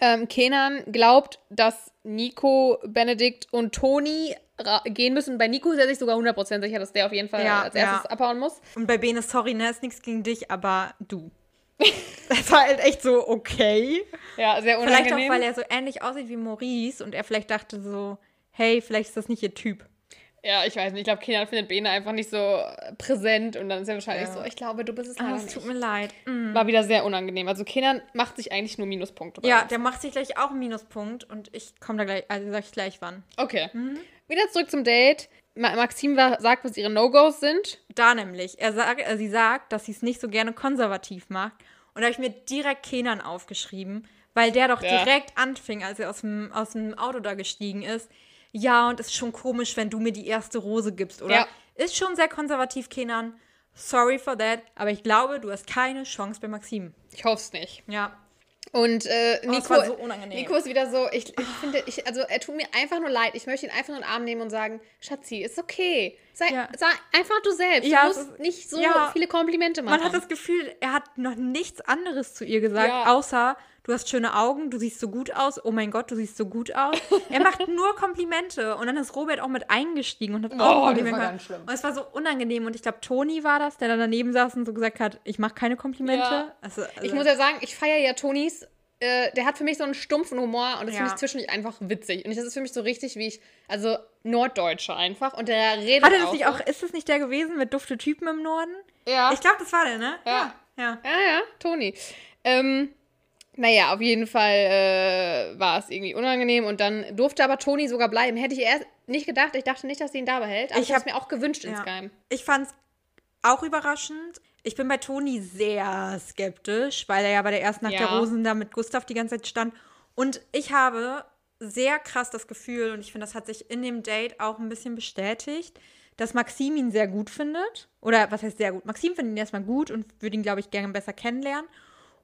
Speaker 1: Ähm, Kenan glaubt, dass Nico, Benedikt und Toni ra- gehen müssen. Bei Nico ist er sich sogar 100% sicher, dass der auf jeden Fall
Speaker 2: Ja,
Speaker 1: als erstes
Speaker 2: ja.
Speaker 1: abhauen muss.
Speaker 2: Und bei Bene, sorry, ne, ist nichts gegen dich, aber du. Das war halt echt so, okay.
Speaker 1: Ja, sehr unangenehm.
Speaker 2: Vielleicht auch, weil er so ähnlich aussieht wie Maurice und er vielleicht dachte so, hey, vielleicht ist das nicht ihr Typ.
Speaker 1: ja, ich weiß nicht. Ich glaube, Kenan findet Bene einfach nicht so äh, präsent und dann ist er wahrscheinlich
Speaker 2: Ja.
Speaker 1: so, ich glaube, du bist es
Speaker 2: Ah,
Speaker 1: leider
Speaker 2: es
Speaker 1: nicht.
Speaker 2: tut mir leid. Mm.
Speaker 1: War wieder sehr unangenehm. Also Kenan macht sich eigentlich nur Minuspunkte. bei
Speaker 2: Ja,
Speaker 1: uns.
Speaker 2: der macht sich gleich auch einen Minuspunkt und ich komme da gleich, also sag ich gleich wann.
Speaker 1: Okay.
Speaker 2: Mhm.
Speaker 1: Wieder zurück zum Date. Ma Maxim war, sagt, was ihre No-Gos sind.
Speaker 2: Da nämlich, er sagt, äh, sie sagt, dass sie es nicht so gerne konservativ mag und da habe ich mir direkt Kenan aufgeschrieben, weil der doch
Speaker 1: Ja.
Speaker 2: direkt anfing, als er aus dem, aus dem Auto da gestiegen ist. Ja, und es ist schon komisch, wenn du mir die erste Rose gibst, oder?
Speaker 1: Ja.
Speaker 2: Ist schon sehr konservativ, Kenan. Sorry for that, aber ich glaube, du hast keine Chance bei Maxim.
Speaker 1: Ich hoffe es nicht.
Speaker 2: Ja.
Speaker 1: Und äh,
Speaker 2: Oh, das
Speaker 1: Nico,
Speaker 2: war so unangenehm. Ah.
Speaker 1: Nico ist wieder so, ich, ich finde, ich, also er tut mir einfach nur leid. Ich möchte ihn einfach nur in den Arm nehmen und sagen, Schatzi, ist okay. Sei,
Speaker 2: Ja.
Speaker 1: sei einfach du selbst.
Speaker 2: Ja,
Speaker 1: du
Speaker 2: es
Speaker 1: musst
Speaker 2: ist-
Speaker 1: nicht so
Speaker 2: ja.
Speaker 1: viele Komplimente machen.
Speaker 2: Man hat das Gefühl, er hat noch nichts anderes zu ihr gesagt,
Speaker 1: Ja.
Speaker 2: außer du hast schöne Augen, du siehst so gut aus, oh mein Gott, du siehst so gut aus. er macht nur Komplimente und dann ist Robert auch mit eingestiegen und hat
Speaker 1: Oh, das
Speaker 2: auch
Speaker 1: war
Speaker 2: Komplimente
Speaker 1: ganz
Speaker 2: gemacht.
Speaker 1: schlimm.
Speaker 2: Und es war so unangenehm und ich glaube, Toni war das, der dann daneben saß und so gesagt hat, ich mache keine Komplimente.
Speaker 1: Ja.
Speaker 2: Also, also,
Speaker 1: ich muss ja sagen, ich feiere ja Tonis. Äh, der hat für mich so einen stumpfen Humor und das
Speaker 2: Ja.
Speaker 1: finde ich zwischendurch einfach witzig. Und das ist für mich so richtig, wie ich, also Norddeutscher einfach. Und der redet
Speaker 2: hat er das
Speaker 1: auch
Speaker 2: nicht
Speaker 1: so.
Speaker 2: auch, ist es nicht der gewesen mit dufte Typen im Norden?
Speaker 1: Ja.
Speaker 2: Ich glaube, das war der, ne?
Speaker 1: Ja.
Speaker 2: Ja.
Speaker 1: Ja, Ah, ja, Toni. Ähm, naja, auf jeden Fall äh, war es irgendwie unangenehm und dann durfte aber Toni sogar bleiben. Hätte ich erst nicht gedacht, ich dachte nicht, dass sie ihn da behält, aber
Speaker 2: Ich
Speaker 1: ich habe
Speaker 2: hab-
Speaker 1: mir auch gewünscht
Speaker 2: Ja.
Speaker 1: insgeheim.
Speaker 2: Ich fand's auch überraschend. Ich bin bei Toni sehr skeptisch, weil er ja bei der ersten Nacht
Speaker 1: Ja.
Speaker 2: der Rosen da mit Gustav die ganze Zeit stand. Und ich habe sehr krass das Gefühl, und ich finde, das hat sich in dem Date auch ein bisschen bestätigt, dass Maxim ihn sehr gut findet. Oder was heißt sehr gut? Maxim findet ihn erstmal gut und würde ihn, glaube ich, gerne besser kennenlernen.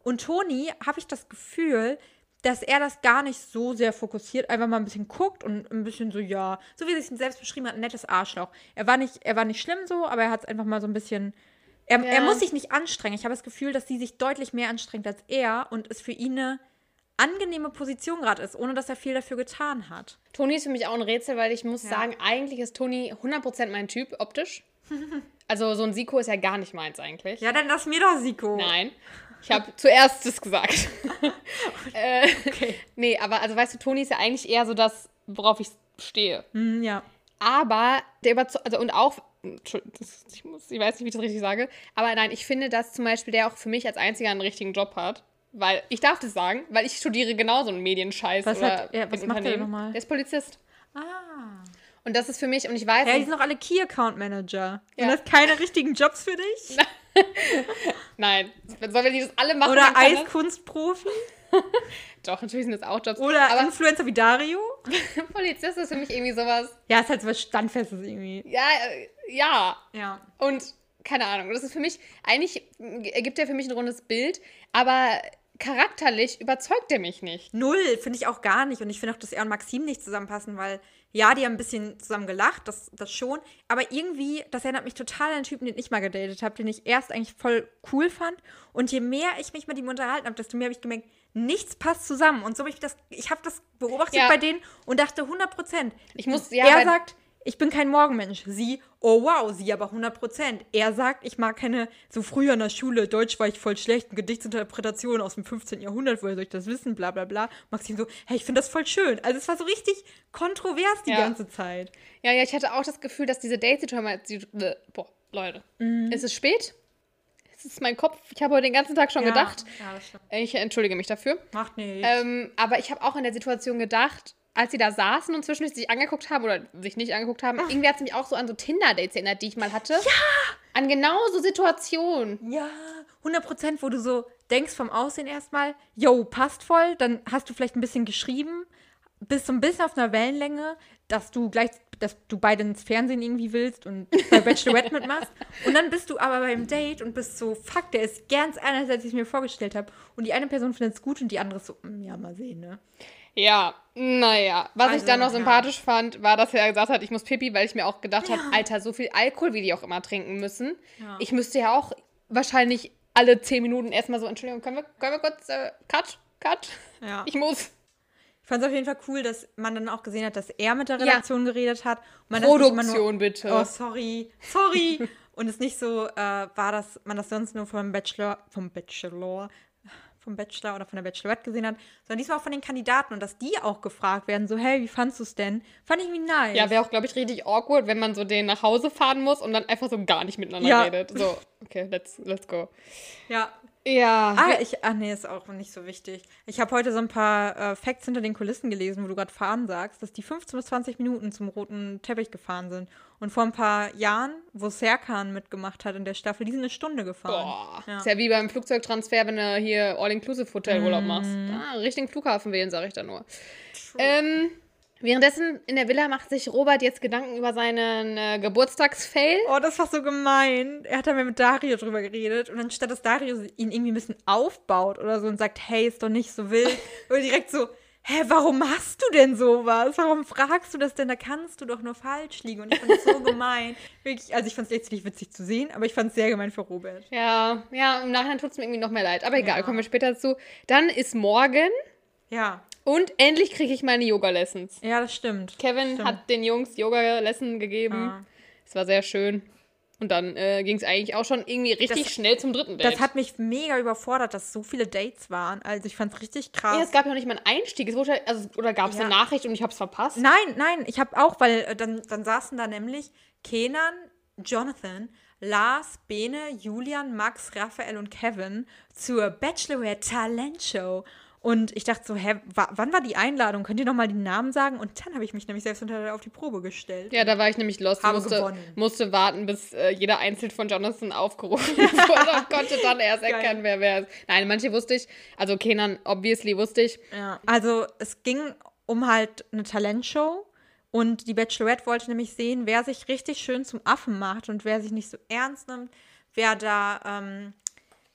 Speaker 2: Und Toni habe ich das Gefühl, dass er das gar nicht so sehr fokussiert, einfach mal ein bisschen guckt und ein bisschen so, ja, so wie er sich selbst beschrieben hat, ein nettes Arschloch. Er war nicht, er war nicht schlimm so, aber er hat es einfach mal so ein bisschen. Er,
Speaker 1: Ja.
Speaker 2: er muss sich nicht anstrengen. Ich habe das Gefühl, dass sie sich deutlich mehr anstrengt als er und es für ihn eine angenehme Position gerade ist, ohne dass er viel dafür getan hat.
Speaker 1: Toni ist für mich auch ein Rätsel, weil ich muss
Speaker 2: Ja.
Speaker 1: sagen, eigentlich ist Toni 100% mein Typ optisch. Also so ein Siko ist ja gar nicht meins eigentlich.
Speaker 2: Ja, dann lass mir doch, Siko.
Speaker 1: Nein. Ich habe zuerst das gesagt. äh,
Speaker 2: Okay.
Speaker 1: nee, aber also weißt du, Toni ist ja eigentlich eher so das, worauf ich stehe.
Speaker 2: Hm, ja.
Speaker 1: Aber der überzeugt, also und auch, Entschu- das- ich, muss, ich weiß nicht, wie ich das richtig sage, aber nein, ich finde, dass zum Beispiel der auch für mich als einziger einen richtigen Job hat. Weil, ich darf das sagen, weil ich studiere genau so einen Medienscheiß
Speaker 2: Was
Speaker 1: oder
Speaker 2: hat- ja, was
Speaker 1: im
Speaker 2: macht der
Speaker 1: Unternehmen.
Speaker 2: nochmal?
Speaker 1: Der ist Polizist.
Speaker 2: Ah.
Speaker 1: Und das ist für mich, und ich weiß,
Speaker 2: Ja, die
Speaker 1: und-
Speaker 2: sind noch alle Key Account Manager.
Speaker 1: Ja.
Speaker 2: Sind das keine richtigen Jobs für dich?
Speaker 1: nein, sollen wir die das alle machen? dann
Speaker 2: Oder
Speaker 1: kann das-
Speaker 2: Eiskunstprofi?
Speaker 1: Doch, natürlich sind das auch Jobs.
Speaker 2: Oder
Speaker 1: aber
Speaker 2: Influencer wie Dario?
Speaker 1: Polizist ist für mich irgendwie sowas,
Speaker 2: Ja, ist halt so was Standfestes irgendwie.
Speaker 1: ja, äh, ja,
Speaker 2: Ja.
Speaker 1: Und keine Ahnung, das ist für mich, eigentlich ergibt er für mich ein rundes Bild, aber charakterlich überzeugt er mich nicht.
Speaker 2: Null, finde ich auch gar nicht. Und ich finde auch, dass er und Maxim nicht zusammenpassen, weil ja, die haben ein bisschen zusammen gelacht, das, das schon. Aber irgendwie, das erinnert mich total an einen Typen, den ich mal gedatet habe, den ich erst eigentlich voll cool fand. Und je mehr ich mich mit ihm unterhalten habe, desto mehr habe ich gemerkt, nichts passt zusammen. Und so habe ich das, ich habe das beobachtet
Speaker 1: Ja.
Speaker 2: bei denen und dachte 100 Prozent.
Speaker 1: Ich muss- ja,
Speaker 2: er
Speaker 1: weil-
Speaker 2: sagt, ich bin kein Morgenmensch. Sie, oh wow, sie aber 100 Prozent. Er sagt, ich mag keine, so früher in der Schule, Deutsch war ich voll schlecht, Gedichtsinterpretation aus dem 15. Jahrhundert, woher soll ich das wissen, bla bla bla. Maxim so, hey, ich finde das voll schön. Also es war so richtig kontrovers die
Speaker 1: Ja.
Speaker 2: ganze Zeit.
Speaker 1: Ja, ja, ich hatte auch das Gefühl, dass diese Date-Situation, boah, Leute, es ist spät, es ist mein Kopf, ich habe heute den ganzen Tag schon gedacht.
Speaker 2: Ja, das stimmt.
Speaker 1: Ich entschuldige mich dafür.
Speaker 2: Macht nichts.
Speaker 1: Ähm, aber ich habe auch in der Situation gedacht, als sie da saßen und zwischendurch sich angeguckt haben oder sich nicht angeguckt haben, irgendwie hat es mich auch so an so Tinder-Dates erinnert, die ich mal hatte. Ja! An genau so Situationen.
Speaker 2: Ja, 100 Prozent, wo du so denkst vom Aussehen erstmal, yo, passt voll, dann hast du vielleicht ein bisschen geschrieben, bist so ein bisschen auf einer Wellenlänge, dass du gleich, dass du beide ins Fernsehen irgendwie willst und bei Bachelorette mitmachst. Und dann bist du aber beim Date und bist so, fuck, der ist ganz anders, als ich es mir vorgestellt habe. Und die eine Person findet es gut und die andere ist so, "Mm, ja, mal sehen, ne?
Speaker 1: Ja, naja. Was ich
Speaker 2: Also,
Speaker 1: dann noch
Speaker 2: ja.
Speaker 1: sympathisch fand, war, dass er gesagt hat, ich muss pipi, weil ich mir auch gedacht habe, Alter, so viel Alkohol, wie die auch immer trinken müssen.
Speaker 2: Ja.
Speaker 1: Ich müsste ja auch wahrscheinlich alle zehn Minuten erstmal so, Entschuldigung, können wir, können wir kurz, äh, cut, cut,
Speaker 2: Ja.
Speaker 1: ich muss.
Speaker 2: Ich fand es auf jeden Fall cool, dass man dann auch gesehen hat, dass er mit der
Speaker 1: Ja.
Speaker 2: Redaktion geredet hat. Und man das nicht immer nur-
Speaker 1: Produktion bitte.
Speaker 2: Oh, sorry, sorry. Und es nicht so äh, war, dass man das sonst nur vom Bachelor, vom Bachelor, vom Bachelor oder von der Bachelorette gesehen hat, sondern diesmal auch von den Kandidaten und dass die auch gefragt werden, so, hey, wie fandst du es denn? Fand ich irgendwie nice.
Speaker 1: Ja, wäre auch, glaube ich, richtig awkward, wenn man so den nach Hause fahren muss und dann einfach so gar nicht miteinander
Speaker 2: Ja.
Speaker 1: redet. So, okay, let's, let's go.
Speaker 2: ja.
Speaker 1: Ja.
Speaker 2: Ah, ich, ah, nee, ist auch nicht so wichtig. Ich habe heute so ein paar äh, Facts hinter den Kulissen gelesen, wo du gerade fahren sagst, dass die 15 bis 20 Minuten zum roten Teppich gefahren sind. Und vor ein paar Jahren, wo Serkan mitgemacht hat in der Staffel, die sind eine Stunde gefahren.
Speaker 1: Boah, ist ja wie beim Flugzeugtransfer, wenn du
Speaker 2: Mhm.
Speaker 1: hier All-Inclusive-Hotel-Urlaub machst. Ah, richtigen Flughafen wählen, sage ich da nur. Ähm, Währenddessen in der Villa macht sich Robert jetzt Gedanken über seinen äh, Geburtstagsfail.
Speaker 2: Oh, das war so gemein. Er hat dann mit Dario drüber geredet und anstatt dass Dario ihn irgendwie ein bisschen aufbaut oder so und sagt, hey, ist doch nicht so wild, oder direkt so, hä, warum machst du denn sowas? Warum fragst du das denn? Da kannst du doch nur falsch liegen. Und ich fand es so gemein. Wirklich, also ich fand es letztlich witzig zu sehen, aber ich fand es sehr gemein für Robert.
Speaker 1: Ja, ja, im Nachhinein tut es mir irgendwie noch mehr leid. Aber egal, kommen wir später dazu. Dann ist morgen
Speaker 2: Ja,
Speaker 1: und endlich kriege ich meine Yoga-Lessons.
Speaker 2: ja, das stimmt.
Speaker 1: Kevin
Speaker 2: Stimmt.
Speaker 1: hat den Jungs Yoga-Lesson gegeben.
Speaker 2: Ah.
Speaker 1: Es war sehr schön. Und dann äh, ging es eigentlich auch schon irgendwie richtig
Speaker 2: Das-
Speaker 1: schnell zum dritten Date.
Speaker 2: Das hat mich mega überfordert, dass so viele Dates waren. Also ich fand es richtig krass.
Speaker 1: ja, es gab ja noch nicht mal einen Einstieg. Es wurde, also, oder gab es
Speaker 2: Ja.
Speaker 1: eine Nachricht und ich habe es verpasst?
Speaker 2: Nein, nein, ich habe auch, weil äh, dann, dann saßen da nämlich Kenan, Jonathan, Lars, Bene, Julian, Max, Raphael und Kevin zur Bachelorette Talent Show. Und ich dachte so, hä, wa wann war die Einladung? Könnt ihr nochmal den Namen sagen? Und dann habe ich mich nämlich selbst unter auf die Probe gestellt.
Speaker 1: Ja, da war ich nämlich lost. und
Speaker 2: Habe
Speaker 1: musste,
Speaker 2: gewonnen.
Speaker 1: musste warten, bis äh, jeder einzeln von Jonathan aufgerufen wurde und konnte dann erst
Speaker 2: Geil.
Speaker 1: erkennen, wer wer ist. Nein, manche wusste ich. Also Kenan, obviously wusste ich.
Speaker 2: Ja. Also es ging um halt eine Talentshow und die Bachelorette wollte nämlich sehen, wer sich richtig schön zum Affen macht und wer sich nicht so ernst nimmt, wer da ähm,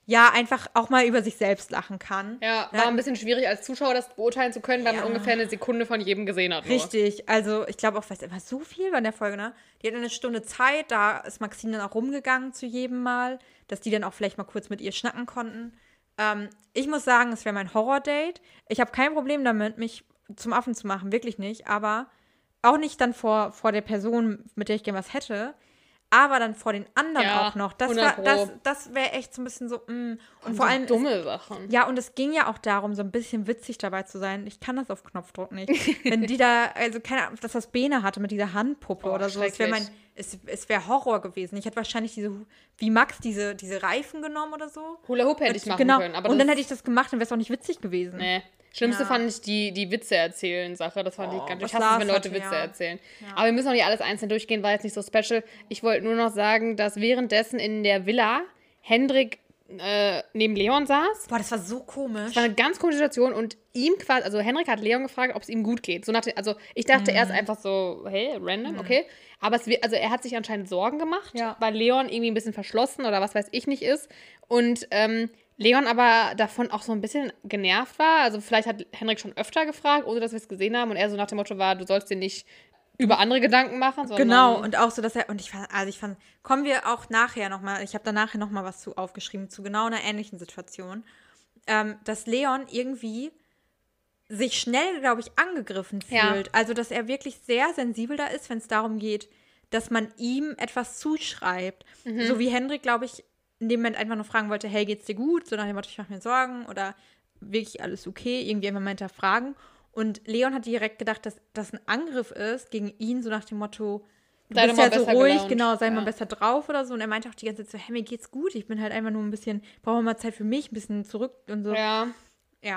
Speaker 2: ja einfach auch mal über sich selbst lachen kann.
Speaker 1: Ja,
Speaker 2: Da
Speaker 1: war ein bisschen schwierig als Zuschauer das beurteilen zu können, weil
Speaker 2: Ja.
Speaker 1: man ungefähr eine Sekunde von jedem gesehen hat. Nur.
Speaker 2: Richtig, also ich glaube auch, weil es immer so viel war in der Folge, ne? Die hatten eine Stunde Zeit, da ist Maxine dann auch rumgegangen zu jedem Mal, dass die dann auch vielleicht mal kurz mit ihr schnacken konnten. Ähm, ich muss sagen, es wäre mein Horror-Date. Ich habe kein Problem damit, mich zum Affen zu machen, wirklich nicht, aber auch nicht dann vor, vor der Person, mit der ich gern was hätte, aber dann vor den anderen
Speaker 1: Ja,
Speaker 2: auch noch. Das,
Speaker 1: 100
Speaker 2: war,
Speaker 1: Pro.
Speaker 2: das, das wäre echt so ein bisschen so, mm. Und vor
Speaker 1: so
Speaker 2: allem,
Speaker 1: dumme Sachen.
Speaker 2: ja, und es ging ja auch darum, so ein bisschen witzig dabei zu sein. Ich kann das auf Knopfdruck nicht. Wenn die da, also keine Ahnung, dass das Bene hatte mit dieser Handpuppe
Speaker 1: Oh,
Speaker 2: oder so. Es wäre mein,
Speaker 1: schrecklich.
Speaker 2: es, es wäre Horror gewesen. Ich hätte wahrscheinlich diese, wie Max, diese, diese Reifen genommen oder so.
Speaker 1: Hula Hoop hätte ich machen
Speaker 2: genau.
Speaker 1: können. Aber
Speaker 2: und
Speaker 1: das,
Speaker 2: dann hätte ich das gemacht, dann wäre es auch nicht witzig gewesen.
Speaker 1: Nee. Schlimmste
Speaker 2: Ja.
Speaker 1: fand ich die, die Witze erzählen Sache. Das fand
Speaker 2: Oh,
Speaker 1: ich ganz
Speaker 2: was
Speaker 1: Ich hasse es, wenn
Speaker 2: Lars
Speaker 1: Leute
Speaker 2: hatte,
Speaker 1: Witze
Speaker 2: ja.
Speaker 1: erzählen. Aber wir müssen auch nicht alles einzeln durchgehen, war jetzt nicht so special. Ich wollte nur noch sagen, dass währenddessen in der Villa Hendrik äh, neben Leon saß.
Speaker 2: Boah, das war so komisch.
Speaker 1: Das war eine ganz komische Situation und ihm quasi, also Henrik hat Leon gefragt, ob es ihm gut geht. So nach, dem- also ich dachte
Speaker 2: Mhm.
Speaker 1: erst einfach so, hey, random, okay. Aber es, wir- also er hat sich anscheinend Sorgen gemacht,
Speaker 2: Ja.
Speaker 1: weil Leon irgendwie ein bisschen verschlossen oder was weiß ich nicht ist. Und ähm, Leon aber davon auch so ein bisschen genervt war. Also vielleicht hat Henrik schon öfter gefragt, ohne dass wir es gesehen haben. Und er so nach dem Motto war, du sollst dir nicht über andere Gedanken machen, sondern
Speaker 2: Genau, und auch so, dass er, und ich fand, also ich fand, kommen wir auch nachher nochmal, ich habe da nachher nochmal was zu aufgeschrieben, zu genau einer ähnlichen Situation, ähm, dass Leon irgendwie sich schnell, glaube ich, angegriffen
Speaker 1: Ja.
Speaker 2: fühlt. Also, dass er wirklich sehr sensibel da ist, wenn es darum geht, dass man ihm etwas zuschreibt.
Speaker 1: Mhm.
Speaker 2: So wie Hendrik, glaube ich, in dem Moment einfach nur fragen wollte, hey, geht's dir gut? So nach dem Motto, ich mache mir Sorgen oder wirklich alles okay, irgendwie einfach mal hinterfragen. Und Leon hat direkt gedacht, dass das ein Angriff ist gegen ihn, so nach dem Motto, du
Speaker 1: Sei
Speaker 2: bist
Speaker 1: doch
Speaker 2: ja
Speaker 1: mal
Speaker 2: so
Speaker 1: besser
Speaker 2: ruhig,
Speaker 1: gelaunt.
Speaker 2: genau, sei mal
Speaker 1: Ja.
Speaker 2: besser drauf oder so. Und er meinte auch die ganze Zeit so, hey, mir geht's gut, ich bin halt einfach nur ein bisschen, brauche mal Zeit für mich, ein bisschen zurück und so. Ja.
Speaker 1: Ja.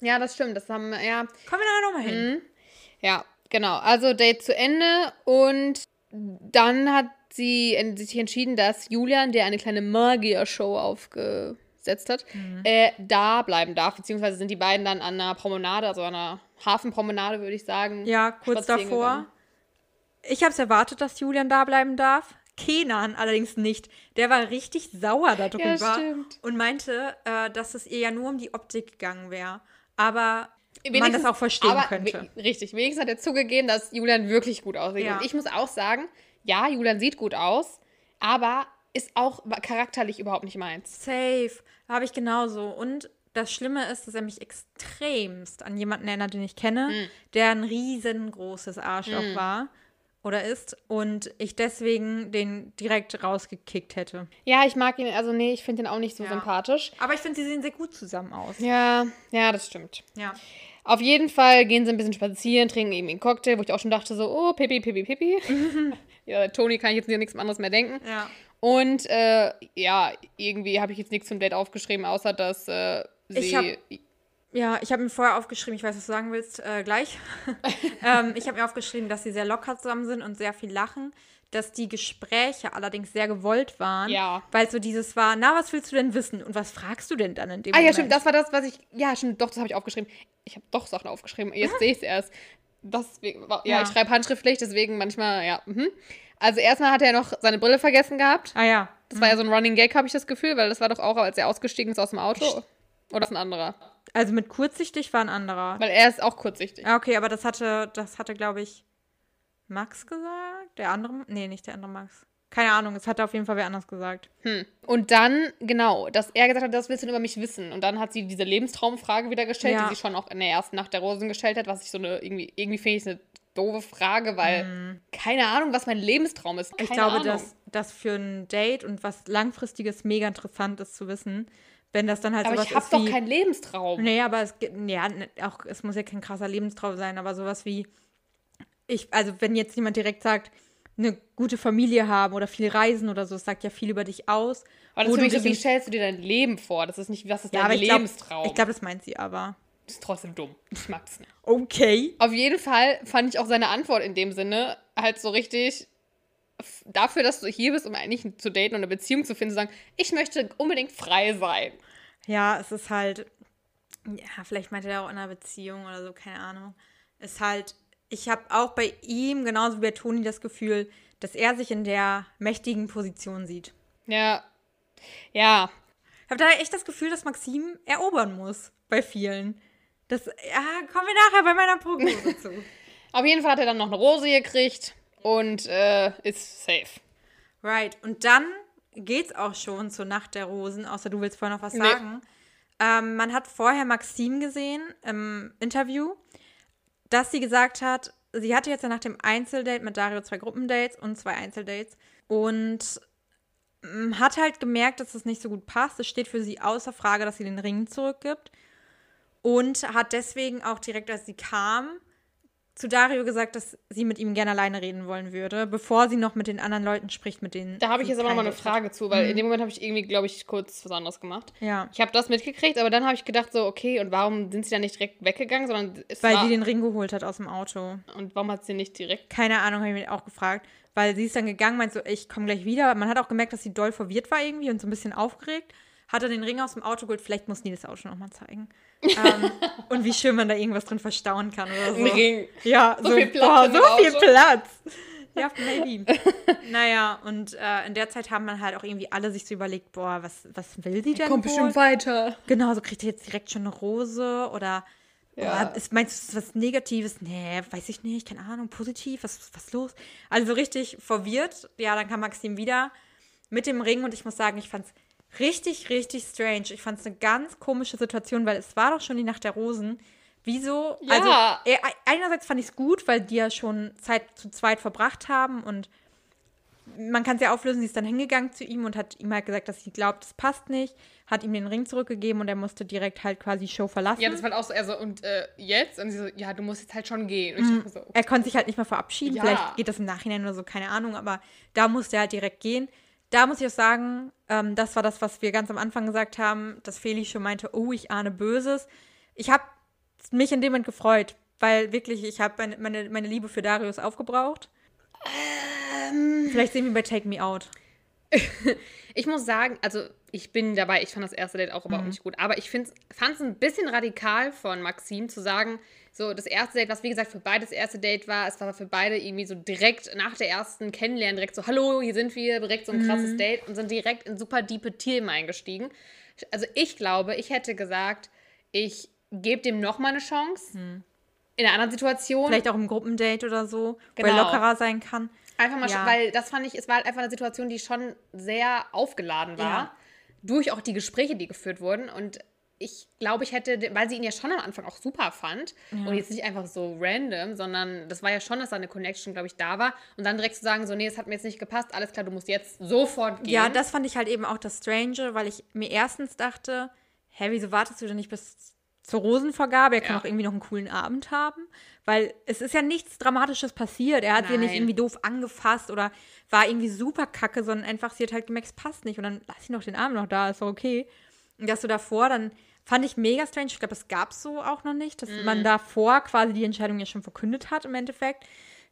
Speaker 1: ja, das stimmt. Das haben, ja,
Speaker 2: Kommen wir da nochmal hin.
Speaker 1: Mhm. Ja, genau. Also Date zu Ende und dann hat sie en- sich entschieden, dass Julian, der eine kleine Magier-Show aufgesetzt hat,
Speaker 2: Mhm.
Speaker 1: äh, da bleiben darf. Beziehungsweise sind die beiden dann an einer Promenade, also an einer Hafenpromenade, würde ich sagen.
Speaker 2: Ja, kurz
Speaker 1: Mhm. spazieren
Speaker 2: davor.
Speaker 1: gegangen.
Speaker 2: Ich habe es erwartet, dass Julian da bleiben darf. Kenan allerdings nicht. Der war richtig sauer darüber
Speaker 1: stimmt.
Speaker 2: und meinte, äh, dass es ihr ja nur um die Optik gegangen wäre. Aber man
Speaker 1: Wenigstens-
Speaker 2: das auch verstehen
Speaker 1: aber
Speaker 2: könnte.
Speaker 1: we- Richtig. Wenigstens hat er zugegeben, dass Julian wirklich gut aussieht.
Speaker 2: Ja.
Speaker 1: Und ich muss auch sagen, ja, Julian sieht gut aus, aber ist auch charakterlich überhaupt nicht meins.
Speaker 2: Safe. Habe ich genauso. Und das Schlimme ist, dass er mich extremst an jemanden erinnert, den ich kenne, der ein riesengroßes Arschloch war oder ist und ich deswegen den direkt rausgekickt hätte.
Speaker 1: Ja, ich mag ihn, also nee, ich finde ihn auch nicht so
Speaker 2: Ja.
Speaker 1: sympathisch.
Speaker 2: Aber ich finde, sie sehen sehr gut zusammen aus.
Speaker 1: Ja, ja, das stimmt.
Speaker 2: Ja.
Speaker 1: Auf jeden Fall gehen sie ein bisschen spazieren, trinken eben einen Cocktail, wo ich auch schon dachte so, oh, Pippi, Pippi, Pippi. ja, Toni kann ich jetzt an nichts anderes mehr denken.
Speaker 2: Ja.
Speaker 1: Und äh, ja, irgendwie habe ich jetzt nichts zum Date aufgeschrieben, außer dass äh, sie...
Speaker 2: Ich hab- Ja, ich habe mir vorher aufgeschrieben, ich weiß, was du sagen willst, äh, gleich. ähm, ich habe mir aufgeschrieben, dass sie sehr locker zusammen sind und sehr viel lachen, dass die Gespräche allerdings sehr gewollt waren.
Speaker 1: Ja.
Speaker 2: Weil so dieses war, na, was willst du denn wissen und was fragst du denn dann in dem
Speaker 1: ah ja,
Speaker 2: Moment?
Speaker 1: stimmt, das war das, was ich... Ja, stimmt, doch, das habe ich aufgeschrieben. Ich habe doch Sachen aufgeschrieben, jetzt sehe ich es erst. deswegen, ja, ja,
Speaker 2: Ja.
Speaker 1: ich schreibe handschriftlich, deswegen manchmal, ja. Mhm. Also erstmal hat er noch seine Brille vergessen gehabt.
Speaker 2: Ah ja.
Speaker 1: Das war ja so ein Running Gag, habe ich das Gefühl, weil das war doch auch, als er ausgestiegen ist aus dem Auto. Oder ist ein anderer?
Speaker 2: Also mit kurzsichtig war ein anderer.
Speaker 1: Weil er ist auch kurzsichtig.
Speaker 2: Ah, okay, aber das hatte, das hatte, glaube ich, Max gesagt? Der andere? Nee, nicht der andere Max. Keine Ahnung, es hatte auf jeden Fall wer anders gesagt.
Speaker 1: Hm. Und dann, genau, dass er gesagt hat, das willst du über mich wissen. Und dann hat sie diese Lebenstraumfrage wieder gestellt,
Speaker 2: Ja.
Speaker 1: die sie schon auch in der ersten Nacht der Rosen gestellt hat, was ich so eine, irgendwie, irgendwie finde ich eine doofe Frage, weil keine Ahnung, was mein Lebenstraum ist. Keine
Speaker 2: Mhm. ich glaube,
Speaker 1: Ahnung.
Speaker 2: dass das also für ein Date und was langfristiges mega interessant ist zu wissen, wenn das dann halt
Speaker 1: Aber
Speaker 2: sowas
Speaker 1: ich habe
Speaker 2: ist
Speaker 1: doch
Speaker 2: wie,
Speaker 1: keinen Lebenstraum.
Speaker 2: Nee, aber es gibt, nee, ja, ne- auch es muss ja kein krasser Lebenstraum sein, aber sowas wie ich also wenn jetzt jemand direkt sagt, eine gute Familie haben oder viel reisen oder so, es sagt ja viel über dich aus.
Speaker 1: Aber
Speaker 2: wo
Speaker 1: das ist für
Speaker 2: du
Speaker 1: mich so,
Speaker 2: dich
Speaker 1: wie
Speaker 2: in-
Speaker 1: stellst du dir dein Leben vor? Das ist nicht, was ist
Speaker 2: ja,
Speaker 1: dein
Speaker 2: aber ich glaube,
Speaker 1: Lebenstraum?
Speaker 2: glaub, das meint sie aber.
Speaker 1: das ist trotzdem dumm. Ich mag's nicht.
Speaker 2: Okay.
Speaker 1: Auf jeden Fall fand ich auch seine Antwort in dem Sinne halt so richtig f- dafür, dass du hier bist, um eigentlich zu daten und eine Beziehung zu finden, zu sagen, ich möchte unbedingt frei sein.
Speaker 2: Ja, es ist halt, ja, vielleicht meinte er auch in einer Beziehung oder so, keine Ahnung. Ist halt, ich habe auch bei ihm, genauso wie bei Toni, das Gefühl, dass er sich in der mächtigen Position sieht.
Speaker 1: Ja. Ja.
Speaker 2: Ich habe da echt das Gefühl, dass Maxim erobern muss bei vielen. Das ja, kommen wir nachher bei meiner Prognose zu.
Speaker 1: Auf jeden Fall hat er dann noch eine Rose gekriegt und äh, ist safe.
Speaker 2: Right. Und dann geht's auch schon zur Nacht der Rosen, außer du willst vorher noch was
Speaker 1: Nee.
Speaker 2: sagen. Ähm, man hat vorher Maxim gesehen im Interview, dass sie gesagt hat, sie hatte jetzt ja nach dem Einzeldate mit Dario zwei Gruppendates und zwei Einzeldates und ähm, hat halt gemerkt, dass es nicht so gut passt. Es steht für sie außer Frage, dass sie den Ring zurückgibt und hat deswegen auch direkt, als sie kam, zu Dario gesagt, dass sie mit ihm gerne alleine reden wollen würde, bevor sie noch mit den anderen Leuten spricht, mit denen.
Speaker 1: Da habe ich
Speaker 2: sie
Speaker 1: jetzt aber noch
Speaker 2: kein
Speaker 1: mal eine
Speaker 2: Date hat.
Speaker 1: Frage zu, weil in dem Moment habe ich irgendwie, glaube ich, kurz was anderes gemacht.
Speaker 2: Ja,
Speaker 1: Ich habe das mitgekriegt, aber dann habe ich gedacht so, okay, und warum sind sie dann nicht direkt weggegangen, sondern es
Speaker 2: weil
Speaker 1: war,
Speaker 2: sie den Ring geholt hat aus dem Auto.
Speaker 1: und warum hat sie nicht direkt
Speaker 2: Keine Ahnung, habe ich mich auch gefragt. Weil sie ist dann gegangen, meint so, ich komme gleich wieder. Man hat auch gemerkt, dass sie doll verwirrt war irgendwie und so ein bisschen aufgeregt. Hat dann den Ring aus dem Auto geholt. Vielleicht muss Nils das Auto nochmal zeigen. ähm, und wie schön man da irgendwas drin verstauen kann oder so.
Speaker 1: einen Ring?
Speaker 2: Ja,
Speaker 1: So viel Platz in
Speaker 2: so
Speaker 1: dem
Speaker 2: viel
Speaker 1: Auto.
Speaker 2: Platz. Ja, maybe. naja, und äh, in der Zeit haben man halt auch irgendwie alle sich so überlegt, boah, was, was will die denn wohl?
Speaker 1: weiter.
Speaker 2: Genau, so kriegt ihr jetzt direkt schon eine Rose oder
Speaker 1: Ja.
Speaker 2: oh, ist, meinst du, es ist was Negatives? Nee, weiß ich nicht, keine Ahnung, positiv, was was los? Also so richtig verwirrt. Ja, dann kam Maxim wieder mit dem Ring und ich muss sagen, ich fand's richtig, richtig strange. Ich fand's eine ganz komische Situation, weil es war doch schon die Nacht der Rosen. Wieso?
Speaker 1: Ja.
Speaker 2: Also eh, einerseits fand ich's gut, weil die ja schon Zeit zu zweit verbracht haben und man kann es ja auflösen, sie ist dann hingegangen zu ihm und hat ihm halt gesagt, dass sie glaubt, es passt nicht, hat ihm den Ring zurückgegeben und er musste direkt halt quasi die Show verlassen.
Speaker 1: Ja, das war halt auch so, also, und äh, jetzt? Und sie so, ja, du musst jetzt halt schon gehen. Und ich dachte mir so, okay.
Speaker 2: er konnte sich halt nicht mehr verabschieden,
Speaker 1: Ja.
Speaker 2: vielleicht geht das im Nachhinein oder so, keine Ahnung, aber da musste er halt direkt gehen. Da muss ich auch sagen, ähm, das war das, was wir ganz am Anfang gesagt haben, dass Felix schon meinte, oh, ich ahne Böses. Ich habe mich in dem Moment gefreut, weil wirklich, ich habe meine, meine, meine Liebe für Darius aufgebraucht. Vielleicht sehen wir ihn bei Take Me Out.
Speaker 1: Ich muss sagen, also ich bin dabei, ich fand das erste Date auch überhaupt nicht gut. Aber ich fand es ein bisschen radikal von Maxim zu sagen, so das erste Date, was wie gesagt für beide das erste Date war, es war für beide irgendwie so direkt nach der ersten Kennenlernen, direkt so, hallo, hier sind wir, direkt so ein krasses Date und sind direkt in super diepe Themen eingestiegen. Also ich glaube, ich hätte gesagt, ich gebe dem nochmal eine Chance. In einer anderen Situation.
Speaker 2: Vielleicht auch im Gruppendate oder so, wo er
Speaker 1: Genau.
Speaker 2: lockerer sein kann.
Speaker 1: Einfach mal,
Speaker 2: Ja.
Speaker 1: sch- weil das fand ich, es war halt einfach eine Situation, die schon sehr aufgeladen war.
Speaker 2: Ja.
Speaker 1: Durch auch die Gespräche, die geführt wurden. Und ich glaube, ich hätte, den- weil sie ihn ja schon am Anfang auch super fand und jetzt nicht einfach so random, sondern das war ja schon, dass da eine Connection, glaube ich, da war. Und dann direkt zu sagen, so, nee, es hat mir jetzt nicht gepasst, alles klar, du musst jetzt sofort gehen.
Speaker 2: Ja, das fand ich halt eben auch das Strange, weil ich mir erstens dachte, hä, wieso wartest du denn nicht bis zur Rosenvergabe? Er kann
Speaker 1: Ja.
Speaker 2: auch irgendwie noch einen coolen Abend haben, weil es ist ja nichts Dramatisches passiert. Er hat sie nicht
Speaker 1: Nein.
Speaker 2: irgendwie doof angefasst oder war irgendwie super kacke, sondern einfach, sie hat halt gemerkt, es passt nicht und dann lass ihn doch den Abend noch da, ist doch okay. Und dass du davor dann, fand ich mega strange. Ich glaube, das gab es so auch noch nicht, dass
Speaker 1: Mhm.
Speaker 2: man davor quasi die Entscheidung ja schon verkündet hat im Endeffekt.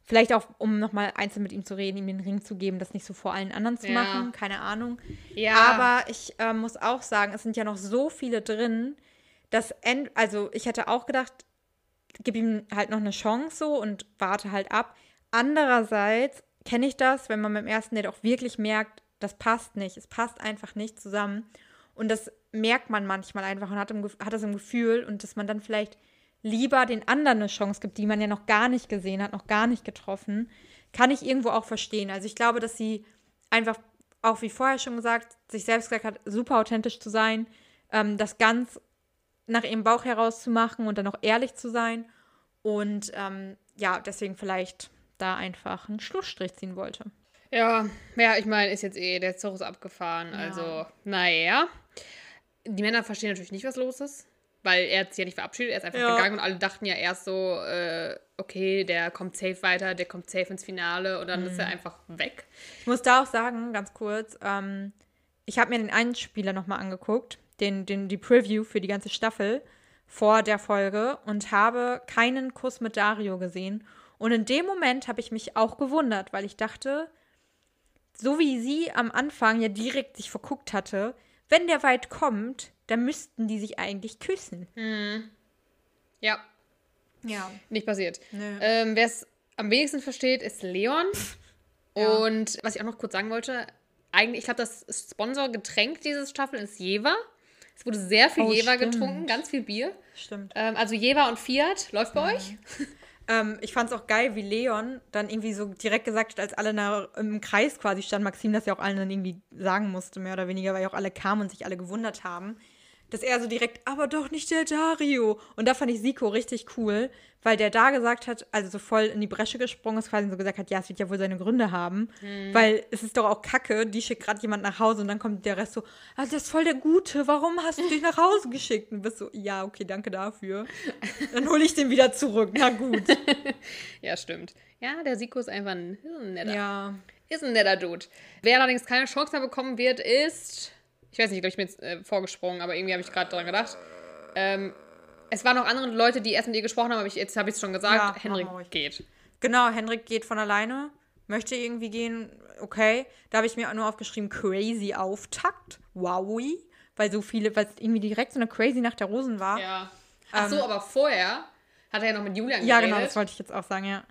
Speaker 2: Vielleicht auch, um nochmal einzeln mit ihm zu reden, ihm den Ring zu geben, das nicht so vor allen anderen zu
Speaker 1: Ja.
Speaker 2: machen, keine Ahnung.
Speaker 1: ja,
Speaker 2: Aber ich äh, muss auch sagen, es sind ja noch so viele drin, dass, end also ich hätte auch gedacht, gib ihm halt noch eine Chance so und warte halt ab. Andererseits kenne ich das, wenn man beim ersten Date auch wirklich merkt, das passt nicht, es passt einfach nicht zusammen. Und das merkt man manchmal einfach und hat, im, Gef- hat das im Gefühl und dass man dann vielleicht lieber den anderen eine Chance gibt, die man ja noch gar nicht gesehen hat, noch gar nicht getroffen, kann ich irgendwo auch verstehen. Also ich glaube, dass sie einfach, auch wie vorher schon gesagt, sich selbst gesagt hat, super authentisch zu sein, ähm, das ganz nach ihrem Bauch heraus zu machen und dann auch ehrlich zu sein. Und ähm, ja, deswegen vielleicht da einfach einen Schlussstrich ziehen wollte.
Speaker 1: Ja, ja, ich meine, ist jetzt eh, der Zug ist abgefahren. Also, naja. Die Männer verstehen natürlich nicht, was los ist, weil er hat sich ja nicht verabschiedet, er ist einfach
Speaker 2: Ja.
Speaker 1: gegangen und alle dachten ja erst so, äh, okay, der kommt safe weiter, der kommt safe ins Finale und dann ist
Speaker 2: Mhm.
Speaker 1: er einfach weg.
Speaker 2: Ich muss da auch sagen, ganz kurz, ähm, ich habe mir den einen Spieler nochmal angeguckt, den, den, die Preview für die ganze Staffel vor der Folge und habe keinen Kuss mit Dario gesehen. Und in dem Moment habe ich mich auch gewundert, weil ich dachte, so wie sie am Anfang ja direkt sich verguckt hatte, wenn der weit kommt, dann müssten die sich eigentlich küssen.
Speaker 1: Ja,
Speaker 2: Ja.
Speaker 1: nicht passiert.
Speaker 2: Nö.
Speaker 1: Ähm, Wer es am wenigsten versteht, ist Leon.
Speaker 2: Ja.
Speaker 1: Und was ich auch noch kurz sagen wollte, eigentlich, ich glaube, das Sponsorgetränk dieses Staffel ist Jever. Es wurde sehr viel
Speaker 2: Oh,
Speaker 1: Jever
Speaker 2: stimmt.
Speaker 1: getrunken, ganz viel Bier.
Speaker 2: Stimmt.
Speaker 1: Ähm, also Jever und Fiat läuft bei euch.
Speaker 2: Ähm, ich fand es auch geil, wie Leon dann irgendwie so direkt gesagt hat, als alle na, im Kreis quasi standen, Maxim das ja auch allen dann irgendwie sagen musste, mehr oder weniger, weil ja auch alle kamen und sich alle gewundert haben, dass er so direkt, aber doch nicht der Dario. Und da fand ich Siko richtig cool, weil der da gesagt hat, also so voll in die Bresche gesprungen ist, quasi und so gesagt hat, ja, es wird ja wohl seine Gründe haben, weil es ist doch auch Kacke, die schickt gerade jemand nach Hause und dann kommt der Rest so, also das ist voll der Gute, warum hast du dich nach Hause geschickt? Und bist so, ja, okay, danke dafür. Dann hole ich den wieder zurück, na gut.
Speaker 1: Ja, stimmt. Ja, der Siko ist einfach ein, ist ein netter.
Speaker 2: Ja.
Speaker 1: Ist ein netter Dude. Wer allerdings keine Chance mehr bekommen wird, ist. Ich weiß nicht, ich glaube, ich bin jetzt äh, vorgesprungen, aber irgendwie habe ich gerade dran gedacht. Ähm, es waren noch andere Leute, die erst mit ihr gesprochen haben, aber ich, jetzt habe ich es schon gesagt.
Speaker 2: Ja, machen
Speaker 1: Henrik
Speaker 2: wir ruhig.
Speaker 1: geht.
Speaker 2: Genau, Henrik geht von alleine, möchte irgendwie gehen, okay. Da habe ich mir auch nur aufgeschrieben, crazy Auftakt, wowie, weil so viele, weil es irgendwie direkt so eine crazy Nacht der Rosen war. Ja, Ähm.
Speaker 1: Ja. Ach so, aber vorher hat er ja noch mit Julian
Speaker 2: genau,
Speaker 1: geredet.
Speaker 2: das wollte ich jetzt auch sagen, ja.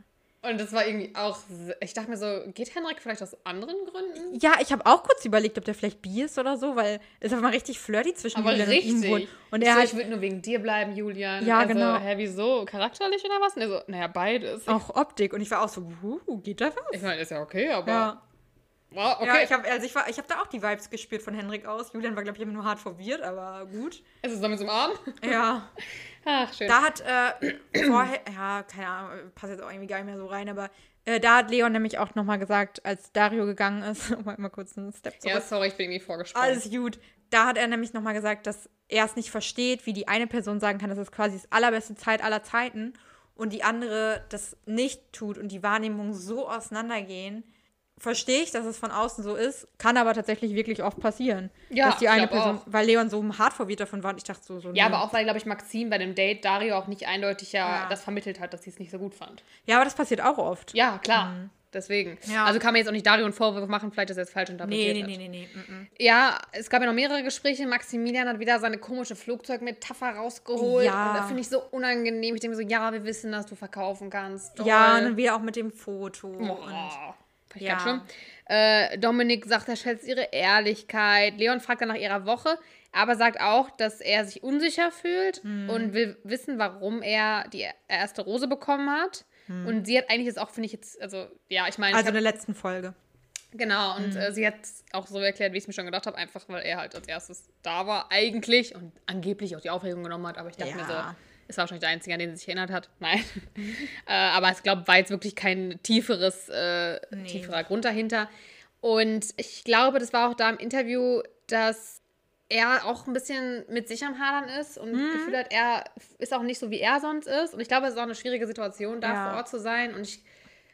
Speaker 1: und das war irgendwie auch. s- Ich dachte mir so, geht Henrik vielleicht aus anderen Gründen?
Speaker 2: Ja, ich habe auch kurz überlegt, ob der vielleicht bi ist oder so, weil es einfach mal richtig flirty zwischen
Speaker 1: Aber
Speaker 2: Julian und ihm wurde.
Speaker 1: richtig.
Speaker 2: Und
Speaker 1: Ich
Speaker 2: er
Speaker 1: so,
Speaker 2: hat
Speaker 1: ich würde nur wegen dir bleiben, Julian. Und
Speaker 2: Ja,
Speaker 1: er
Speaker 2: genau. Oh.
Speaker 1: So, Hä, wieso? Charakterlich oder was? Und er so, naja, beides.
Speaker 2: auch Optik und ich war auch so, uh, geht da was?
Speaker 1: Ich meine, ist ja okay, aber.
Speaker 2: Ja,
Speaker 1: Wow, okay.
Speaker 2: ja ich habe also ich war, ich hab da auch die Vibes gespürt von Henrik aus. Julian war, glaube ich, immer nur hart verwirrt, aber gut.
Speaker 1: Ist es damit zum Arm?
Speaker 2: Ja.
Speaker 1: Ach, schön.
Speaker 2: Da hat äh, vorher, ja, keine Ahnung, passt jetzt auch irgendwie gar nicht mehr so rein, aber äh, da hat Leon nämlich auch nochmal gesagt, als Dario gegangen ist, um mal mal kurz einen Step zurück.
Speaker 1: ja, sorry, ich bin irgendwie vorgesprungen.
Speaker 2: Alles gut. Da hat er nämlich nochmal gesagt, dass er es nicht versteht, wie die eine Person sagen kann, das ist quasi das allerbeste Zeit aller Zeiten und die andere das nicht tut und die Wahrnehmungen so auseinandergehen. Verstehe ich, dass es von außen so ist, kann aber tatsächlich wirklich oft passieren.
Speaker 1: Ja,
Speaker 2: dass die
Speaker 1: ich
Speaker 2: eine
Speaker 1: glaub
Speaker 2: Person, weil Leon so hart verwirrt davon war und ich dachte so, so
Speaker 1: ja,
Speaker 2: nee.
Speaker 1: aber auch weil, glaube ich, Maxim bei dem Date Dario auch nicht eindeutig ja,
Speaker 2: Ja.
Speaker 1: das vermittelt hat, dass sie es nicht so gut fand.
Speaker 2: ja, aber das passiert auch oft.
Speaker 1: Ja, klar. Deswegen.
Speaker 2: Mhm. Ja.
Speaker 1: Also kann man jetzt auch nicht Dario einen Vorwurf machen, vielleicht, dass er es falsch
Speaker 2: Nee,
Speaker 1: interpretiert
Speaker 2: nee,
Speaker 1: hat.
Speaker 2: nee, nee, nee. mm, mm.
Speaker 1: Ja, es gab ja noch mehrere Gespräche. Maximilian hat wieder seine komische Flugzeugmetapher rausgeholt.
Speaker 2: Ja.
Speaker 1: Und das finde ich so unangenehm. Ich denke mir so, ja, wir wissen, dass du verkaufen kannst. Toll. Oh.
Speaker 2: Ja, ne, und dann wieder auch mit dem Foto. Und
Speaker 1: Boah. Fand ich
Speaker 2: Ja.
Speaker 1: ganz schlimm. Äh, Dominik sagt, er schätzt ihre Ehrlichkeit. Leon fragt dann nach ihrer Woche, aber sagt auch, dass er sich unsicher fühlt
Speaker 2: Mhm.
Speaker 1: und will wissen, warum er die erste Rose bekommen hat. Und sie hat eigentlich das auch, finde ich jetzt, also ja, ich meine, ich
Speaker 2: Mhm. also in
Speaker 1: hab-
Speaker 2: der letzten Folge.
Speaker 1: genau,
Speaker 2: Mhm.
Speaker 1: und äh, sie hat auch so erklärt, wie ich es mir schon gedacht habe, einfach weil er halt als erstes da war, eigentlich und angeblich auch die Aufregung genommen hat, aber ich dachte mir so,
Speaker 2: Ja.
Speaker 1: es war wahrscheinlich der Einzige, an den sie sich erinnert hat. Nein. äh, aber ich glaube, war jetzt wirklich kein tieferes, äh,
Speaker 2: Nee.
Speaker 1: tieferer Grund dahinter. Und ich glaube, das war auch da im Interview, dass er auch ein bisschen mit sich am Hadern ist und
Speaker 2: Mhm.
Speaker 1: das Gefühl hat, er ist auch nicht so, wie er sonst ist. Und ich glaube, es ist auch eine schwierige Situation, da
Speaker 2: Ja.
Speaker 1: vor Ort zu sein. Und ich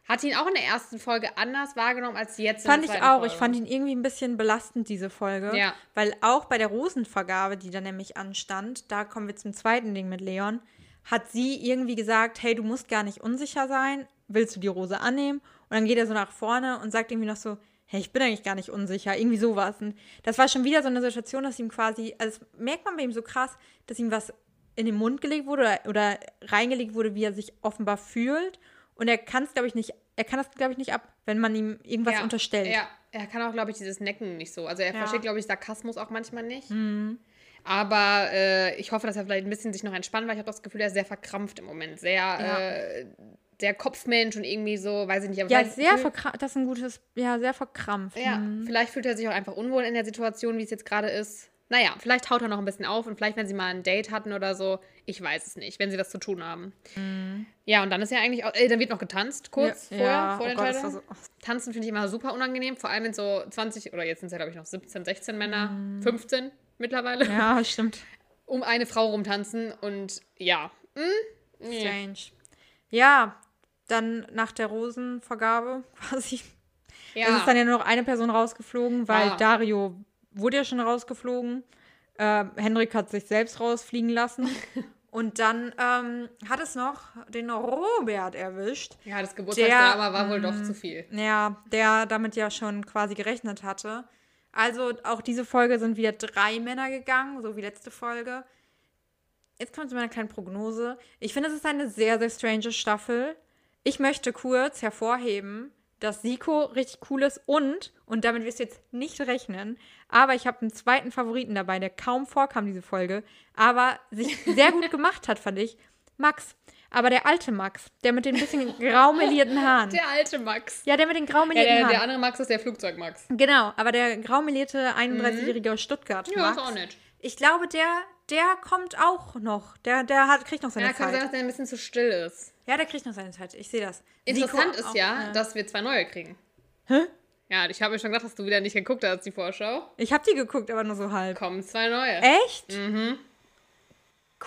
Speaker 1: hatte ihn auch in der ersten Folge anders wahrgenommen als jetzt. in
Speaker 2: Fand ich
Speaker 1: der
Speaker 2: auch.
Speaker 1: zweiten
Speaker 2: Ich
Speaker 1: Folge.
Speaker 2: fand ihn irgendwie ein bisschen belastend, diese Folge.
Speaker 1: Ja.
Speaker 2: Weil auch bei der Rosenvergabe, die dann nämlich anstand, da kommen wir zum zweiten Ding mit Leon, hat sie irgendwie gesagt, hey, du musst gar nicht unsicher sein, willst du die Rose annehmen? Und dann geht er so nach vorne und sagt irgendwie noch so, hey, ich bin eigentlich gar nicht unsicher, irgendwie sowas. Und das war schon wieder so eine Situation, dass ihm quasi, also das merkt man bei ihm so krass, dass ihm was in den Mund gelegt wurde oder, oder reingelegt wurde, wie er sich offenbar fühlt. Und er kann es, glaube ich, nicht, er kann das, glaube ich, nicht ab, wenn man ihm irgendwas
Speaker 1: ja.
Speaker 2: unterstellt.
Speaker 1: Ja, er kann auch, glaube ich, dieses Necken nicht so. Also er
Speaker 2: Ja. Hm.
Speaker 1: versteht, glaube ich, Sarkasmus auch manchmal nicht.
Speaker 2: Mhm.
Speaker 1: Aber äh, ich hoffe, dass er vielleicht ein bisschen sich noch entspannt, weil ich habe das Gefühl, er ist sehr verkrampft im Moment. Sehr, äh, der Kopfmensch und irgendwie so, weiß ich nicht. aber
Speaker 2: Ja,
Speaker 1: vielleicht
Speaker 2: sehr
Speaker 1: fühlt-
Speaker 2: verkrampft, das ist ein gutes, ja, sehr verkrampft.
Speaker 1: Ja,
Speaker 2: Mhm.
Speaker 1: vielleicht fühlt er sich auch einfach unwohl in der Situation, wie es jetzt gerade ist. Naja, vielleicht haut er noch ein bisschen auf und vielleicht, wenn sie mal ein Date hatten oder so, ich weiß es nicht, wenn sie was zu tun haben. Ja, und dann ist ja eigentlich auch, äh, dann wird noch getanzt, kurz
Speaker 2: Mhm. ja,
Speaker 1: vorher,
Speaker 2: ja,
Speaker 1: vor der
Speaker 2: oh Gott, das
Speaker 1: Entscheidung.
Speaker 2: war so, ach,
Speaker 1: Tanzen finde ich immer super unangenehm, vor allem wenn so 20 oder jetzt sind es ja, glaube ich, noch 17, 16 Männer, 15 mittlerweile,
Speaker 2: Mhm. ja, stimmt.
Speaker 1: um eine Frau rumtanzen und ja. Hm? Nee.
Speaker 2: Strange. Ja, dann nach der Rosenvergabe quasi.
Speaker 1: Ja. Ah.
Speaker 2: Es ist dann ja nur noch eine Person rausgeflogen, weil
Speaker 1: Ja.
Speaker 2: Dario wurde ja schon rausgeflogen. Ähm, Henrik hat sich selbst rausfliegen lassen. Und dann ähm, hat es noch den Robert erwischt.
Speaker 1: ja, das
Speaker 2: Der- Mhm.
Speaker 1: Geburtstagsdrama war wohl doch zu viel.
Speaker 2: Ja, der damit ja schon quasi gerechnet hatte. Also auch diese Folge sind wieder drei Männer gegangen, so wie letzte Folge. Jetzt kommt zu meiner kleinen Prognose. Ich finde, es ist eine sehr, sehr strange Staffel. Ich möchte kurz hervorheben, dass Siko richtig cool ist und, und damit wirst du jetzt nicht rechnen, aber ich habe einen zweiten Favoriten dabei, der kaum vorkam, diese Folge, aber sich sehr gut gemacht hat, fand ich. Max. Aber der alte Max, der mit den bisschen graumelierten Haaren.
Speaker 1: Der alte Max.
Speaker 2: Ja, der mit den
Speaker 1: Ja,
Speaker 2: graumelierten
Speaker 1: der, der
Speaker 2: Haaren.
Speaker 1: andere Max ist der Flugzeugmax.
Speaker 2: Genau, aber der graumelierte 31-jährige aus Stuttgart.
Speaker 1: Ja, ist
Speaker 2: Max,
Speaker 1: auch nett.
Speaker 2: Ich glaube, der, der kommt auch noch. Der, der hat, kriegt noch seine
Speaker 1: Ja, kann
Speaker 2: Zeit.
Speaker 1: sein, dass der ein bisschen zu still ist.
Speaker 2: ja, der kriegt noch seine Zeit. Ich sehe das.
Speaker 1: Interessant
Speaker 2: Nico
Speaker 1: ist
Speaker 2: auch,
Speaker 1: ja,
Speaker 2: äh,
Speaker 1: dass wir zwei neue kriegen. Hä? Ja, ich habe mir schon gedacht, dass du wieder nicht geguckt hast, die Vorschau.
Speaker 2: ich habe die geguckt, aber nur so halb.
Speaker 1: Kommen zwei neue.
Speaker 2: Echt? Mhm.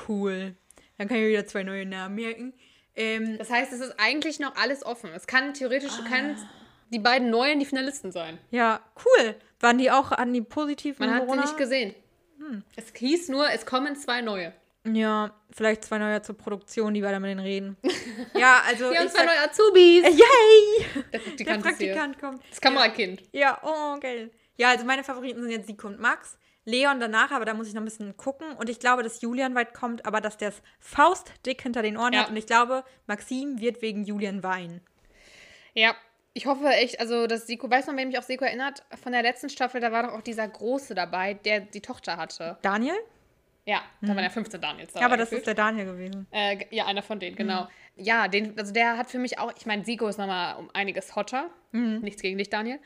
Speaker 2: Cool. Dann kann ich mir wieder zwei neue Namen merken. Ähm,
Speaker 1: Das heißt, es ist eigentlich noch alles offen. Es kann theoretisch,
Speaker 2: Ah.
Speaker 1: kann die beiden neuen die Finalisten sein.
Speaker 2: ja, cool. Waren die auch an die positiven
Speaker 1: Man hat sie
Speaker 2: Hm, Corona? Hm.
Speaker 1: nicht gesehen. Es hieß nur, es kommen zwei neue.
Speaker 2: Ja, vielleicht zwei neue zur Produktion, die wir dann mit denen reden. ja, also.
Speaker 1: Wir haben
Speaker 2: ich
Speaker 1: zwei
Speaker 2: sag-
Speaker 1: neue Azubis.
Speaker 2: Yay!
Speaker 1: Der
Speaker 2: Der
Speaker 1: Praktikant, ist hier.
Speaker 2: Praktikant kommt.
Speaker 1: Das Kamerakind.
Speaker 2: Ja, oh, geil. Ja, also meine Favoriten sind jetzt Sieg und Max. Leon danach, aber da muss ich noch ein bisschen gucken. Und ich glaube, dass Julian weit kommt, aber dass der es faustdick hinter den Ohren
Speaker 1: Ja.
Speaker 2: hat. Und ich glaube, Maxim wird wegen Julian weinen.
Speaker 1: Ja, ich hoffe echt, also dass Siko, weiß man, wer mich auf Siko erinnert, von der letzten Staffel, da war doch auch dieser Große dabei, der die Tochter hatte.
Speaker 2: Daniel?
Speaker 1: Ja, da waren ja 15 Daniels dabei.
Speaker 2: Hm. Ja, aber das
Speaker 1: gefühlt.
Speaker 2: ist der Daniel gewesen.
Speaker 1: Äh, g- ja, einer von
Speaker 2: Mhm.
Speaker 1: denen, genau. Ja, den, also der hat für mich auch, ich meine, Siko ist nochmal um einiges hotter.
Speaker 2: Mhm.
Speaker 1: Nichts gegen dich, Daniel.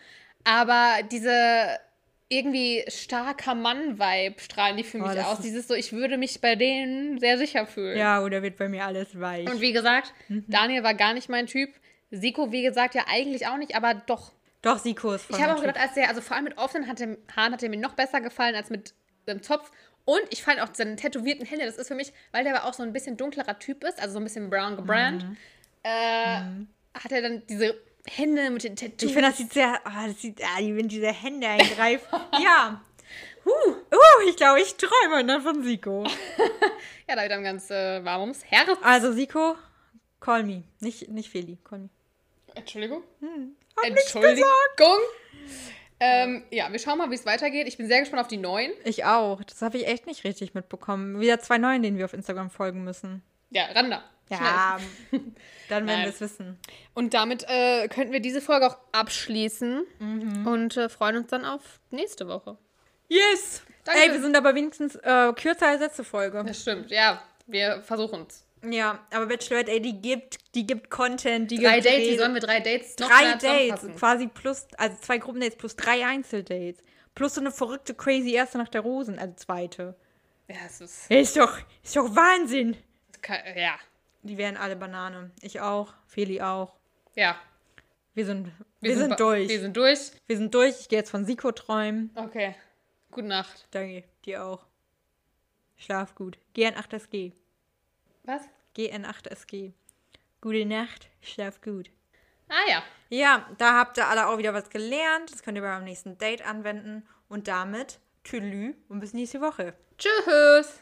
Speaker 1: Aber diese irgendwie starker Mann-Vibe strahlen die für
Speaker 2: Oh,
Speaker 1: mich
Speaker 2: das
Speaker 1: aus.
Speaker 2: ist-
Speaker 1: Dieses so, ich würde mich bei denen sehr sicher fühlen.
Speaker 2: Ja, Mhm. oder wird bei mir alles weich.
Speaker 1: Und wie gesagt, Daniel war gar nicht mein Typ. Siko, wie gesagt, ja eigentlich auch nicht, aber doch.
Speaker 2: Doch, Siko ist voll
Speaker 1: Ich habe
Speaker 2: mein
Speaker 1: auch
Speaker 2: Typ.
Speaker 1: gedacht, als der, also vor allem mit offenen hat dem, Haaren hat er mir noch besser gefallen als mit dem Zopf. Und ich fand auch seine tätowierten Hände, das ist für mich, weil der aber auch so ein bisschen dunklerer Typ ist, also so ein bisschen brown gebrannt,
Speaker 2: Mhm.
Speaker 1: äh, hat er dann diese Hände mit den Tattoos.
Speaker 2: Ich finde, das sieht sehr. ah, das sieht, ah, die- wenn diese Hände eingreifen. ja. Huh. Uh, ich glaube, ich träume dann von Siko.
Speaker 1: ja, da wird einem ganz äh, warm ums Herz.
Speaker 2: Also, Siko, call me. Nicht, nicht Feli, call me.
Speaker 1: Entschuldigung.
Speaker 2: Hm. Hab nichts
Speaker 1: Entschuldigung. Ähm, ja, wir schauen mal, wie es weitergeht. Ich bin sehr gespannt auf die neuen.
Speaker 2: Ich auch. Das habe ich echt nicht richtig mitbekommen. Wieder zwei neuen, denen wir auf Instagram folgen müssen.
Speaker 1: Ja, Randa.
Speaker 2: Ja, dann werden
Speaker 1: Nein.
Speaker 2: wir es wissen.
Speaker 1: Und damit äh, könnten wir diese Folge auch abschließen
Speaker 2: Mhm.
Speaker 1: und äh, freuen uns dann auf nächste Woche.
Speaker 2: Yes!
Speaker 1: Danke.
Speaker 2: Ey, wir sind aber wenigstens äh, kürzer als letzte Folge.
Speaker 1: Das stimmt, ja. Wir versuchen es.
Speaker 2: Ja, aber Bachelorette, ey, die gibt, die gibt Content, die
Speaker 1: Drei
Speaker 2: gibt
Speaker 1: Dates, wie
Speaker 2: Rede.
Speaker 1: sollen wir drei Dates noch
Speaker 2: drei
Speaker 1: schneller
Speaker 2: Dates,
Speaker 1: zusammenfassen?
Speaker 2: quasi plus, also zwei Gruppendates plus drei Einzeldates. Plus so eine verrückte, crazy erste nach der Rosen, also zweite.
Speaker 1: Ja, es ist.
Speaker 2: Ey, Ist doch, ist doch Wahnsinn!
Speaker 1: ke- Ja.
Speaker 2: Die wären alle Banane. Ich auch, Feli auch.
Speaker 1: Ja.
Speaker 2: Wir sind, wir sind,
Speaker 1: ba-
Speaker 2: durch.
Speaker 1: Wir sind durch.
Speaker 2: Wir sind durch. Ich gehe jetzt von Siko träumen.
Speaker 1: Okay. Gute Nacht.
Speaker 2: Danke, dir auch. Schlaf gut. GN8SG.
Speaker 1: Was?
Speaker 2: GN8SG. Gute Nacht, schlaf gut.
Speaker 1: Ah ja.
Speaker 2: Ja, da habt ihr alle auch wieder was gelernt. Das könnt ihr beim nächsten Date anwenden. Und damit Tüdelü und bis nächste Woche.
Speaker 1: Tschüss.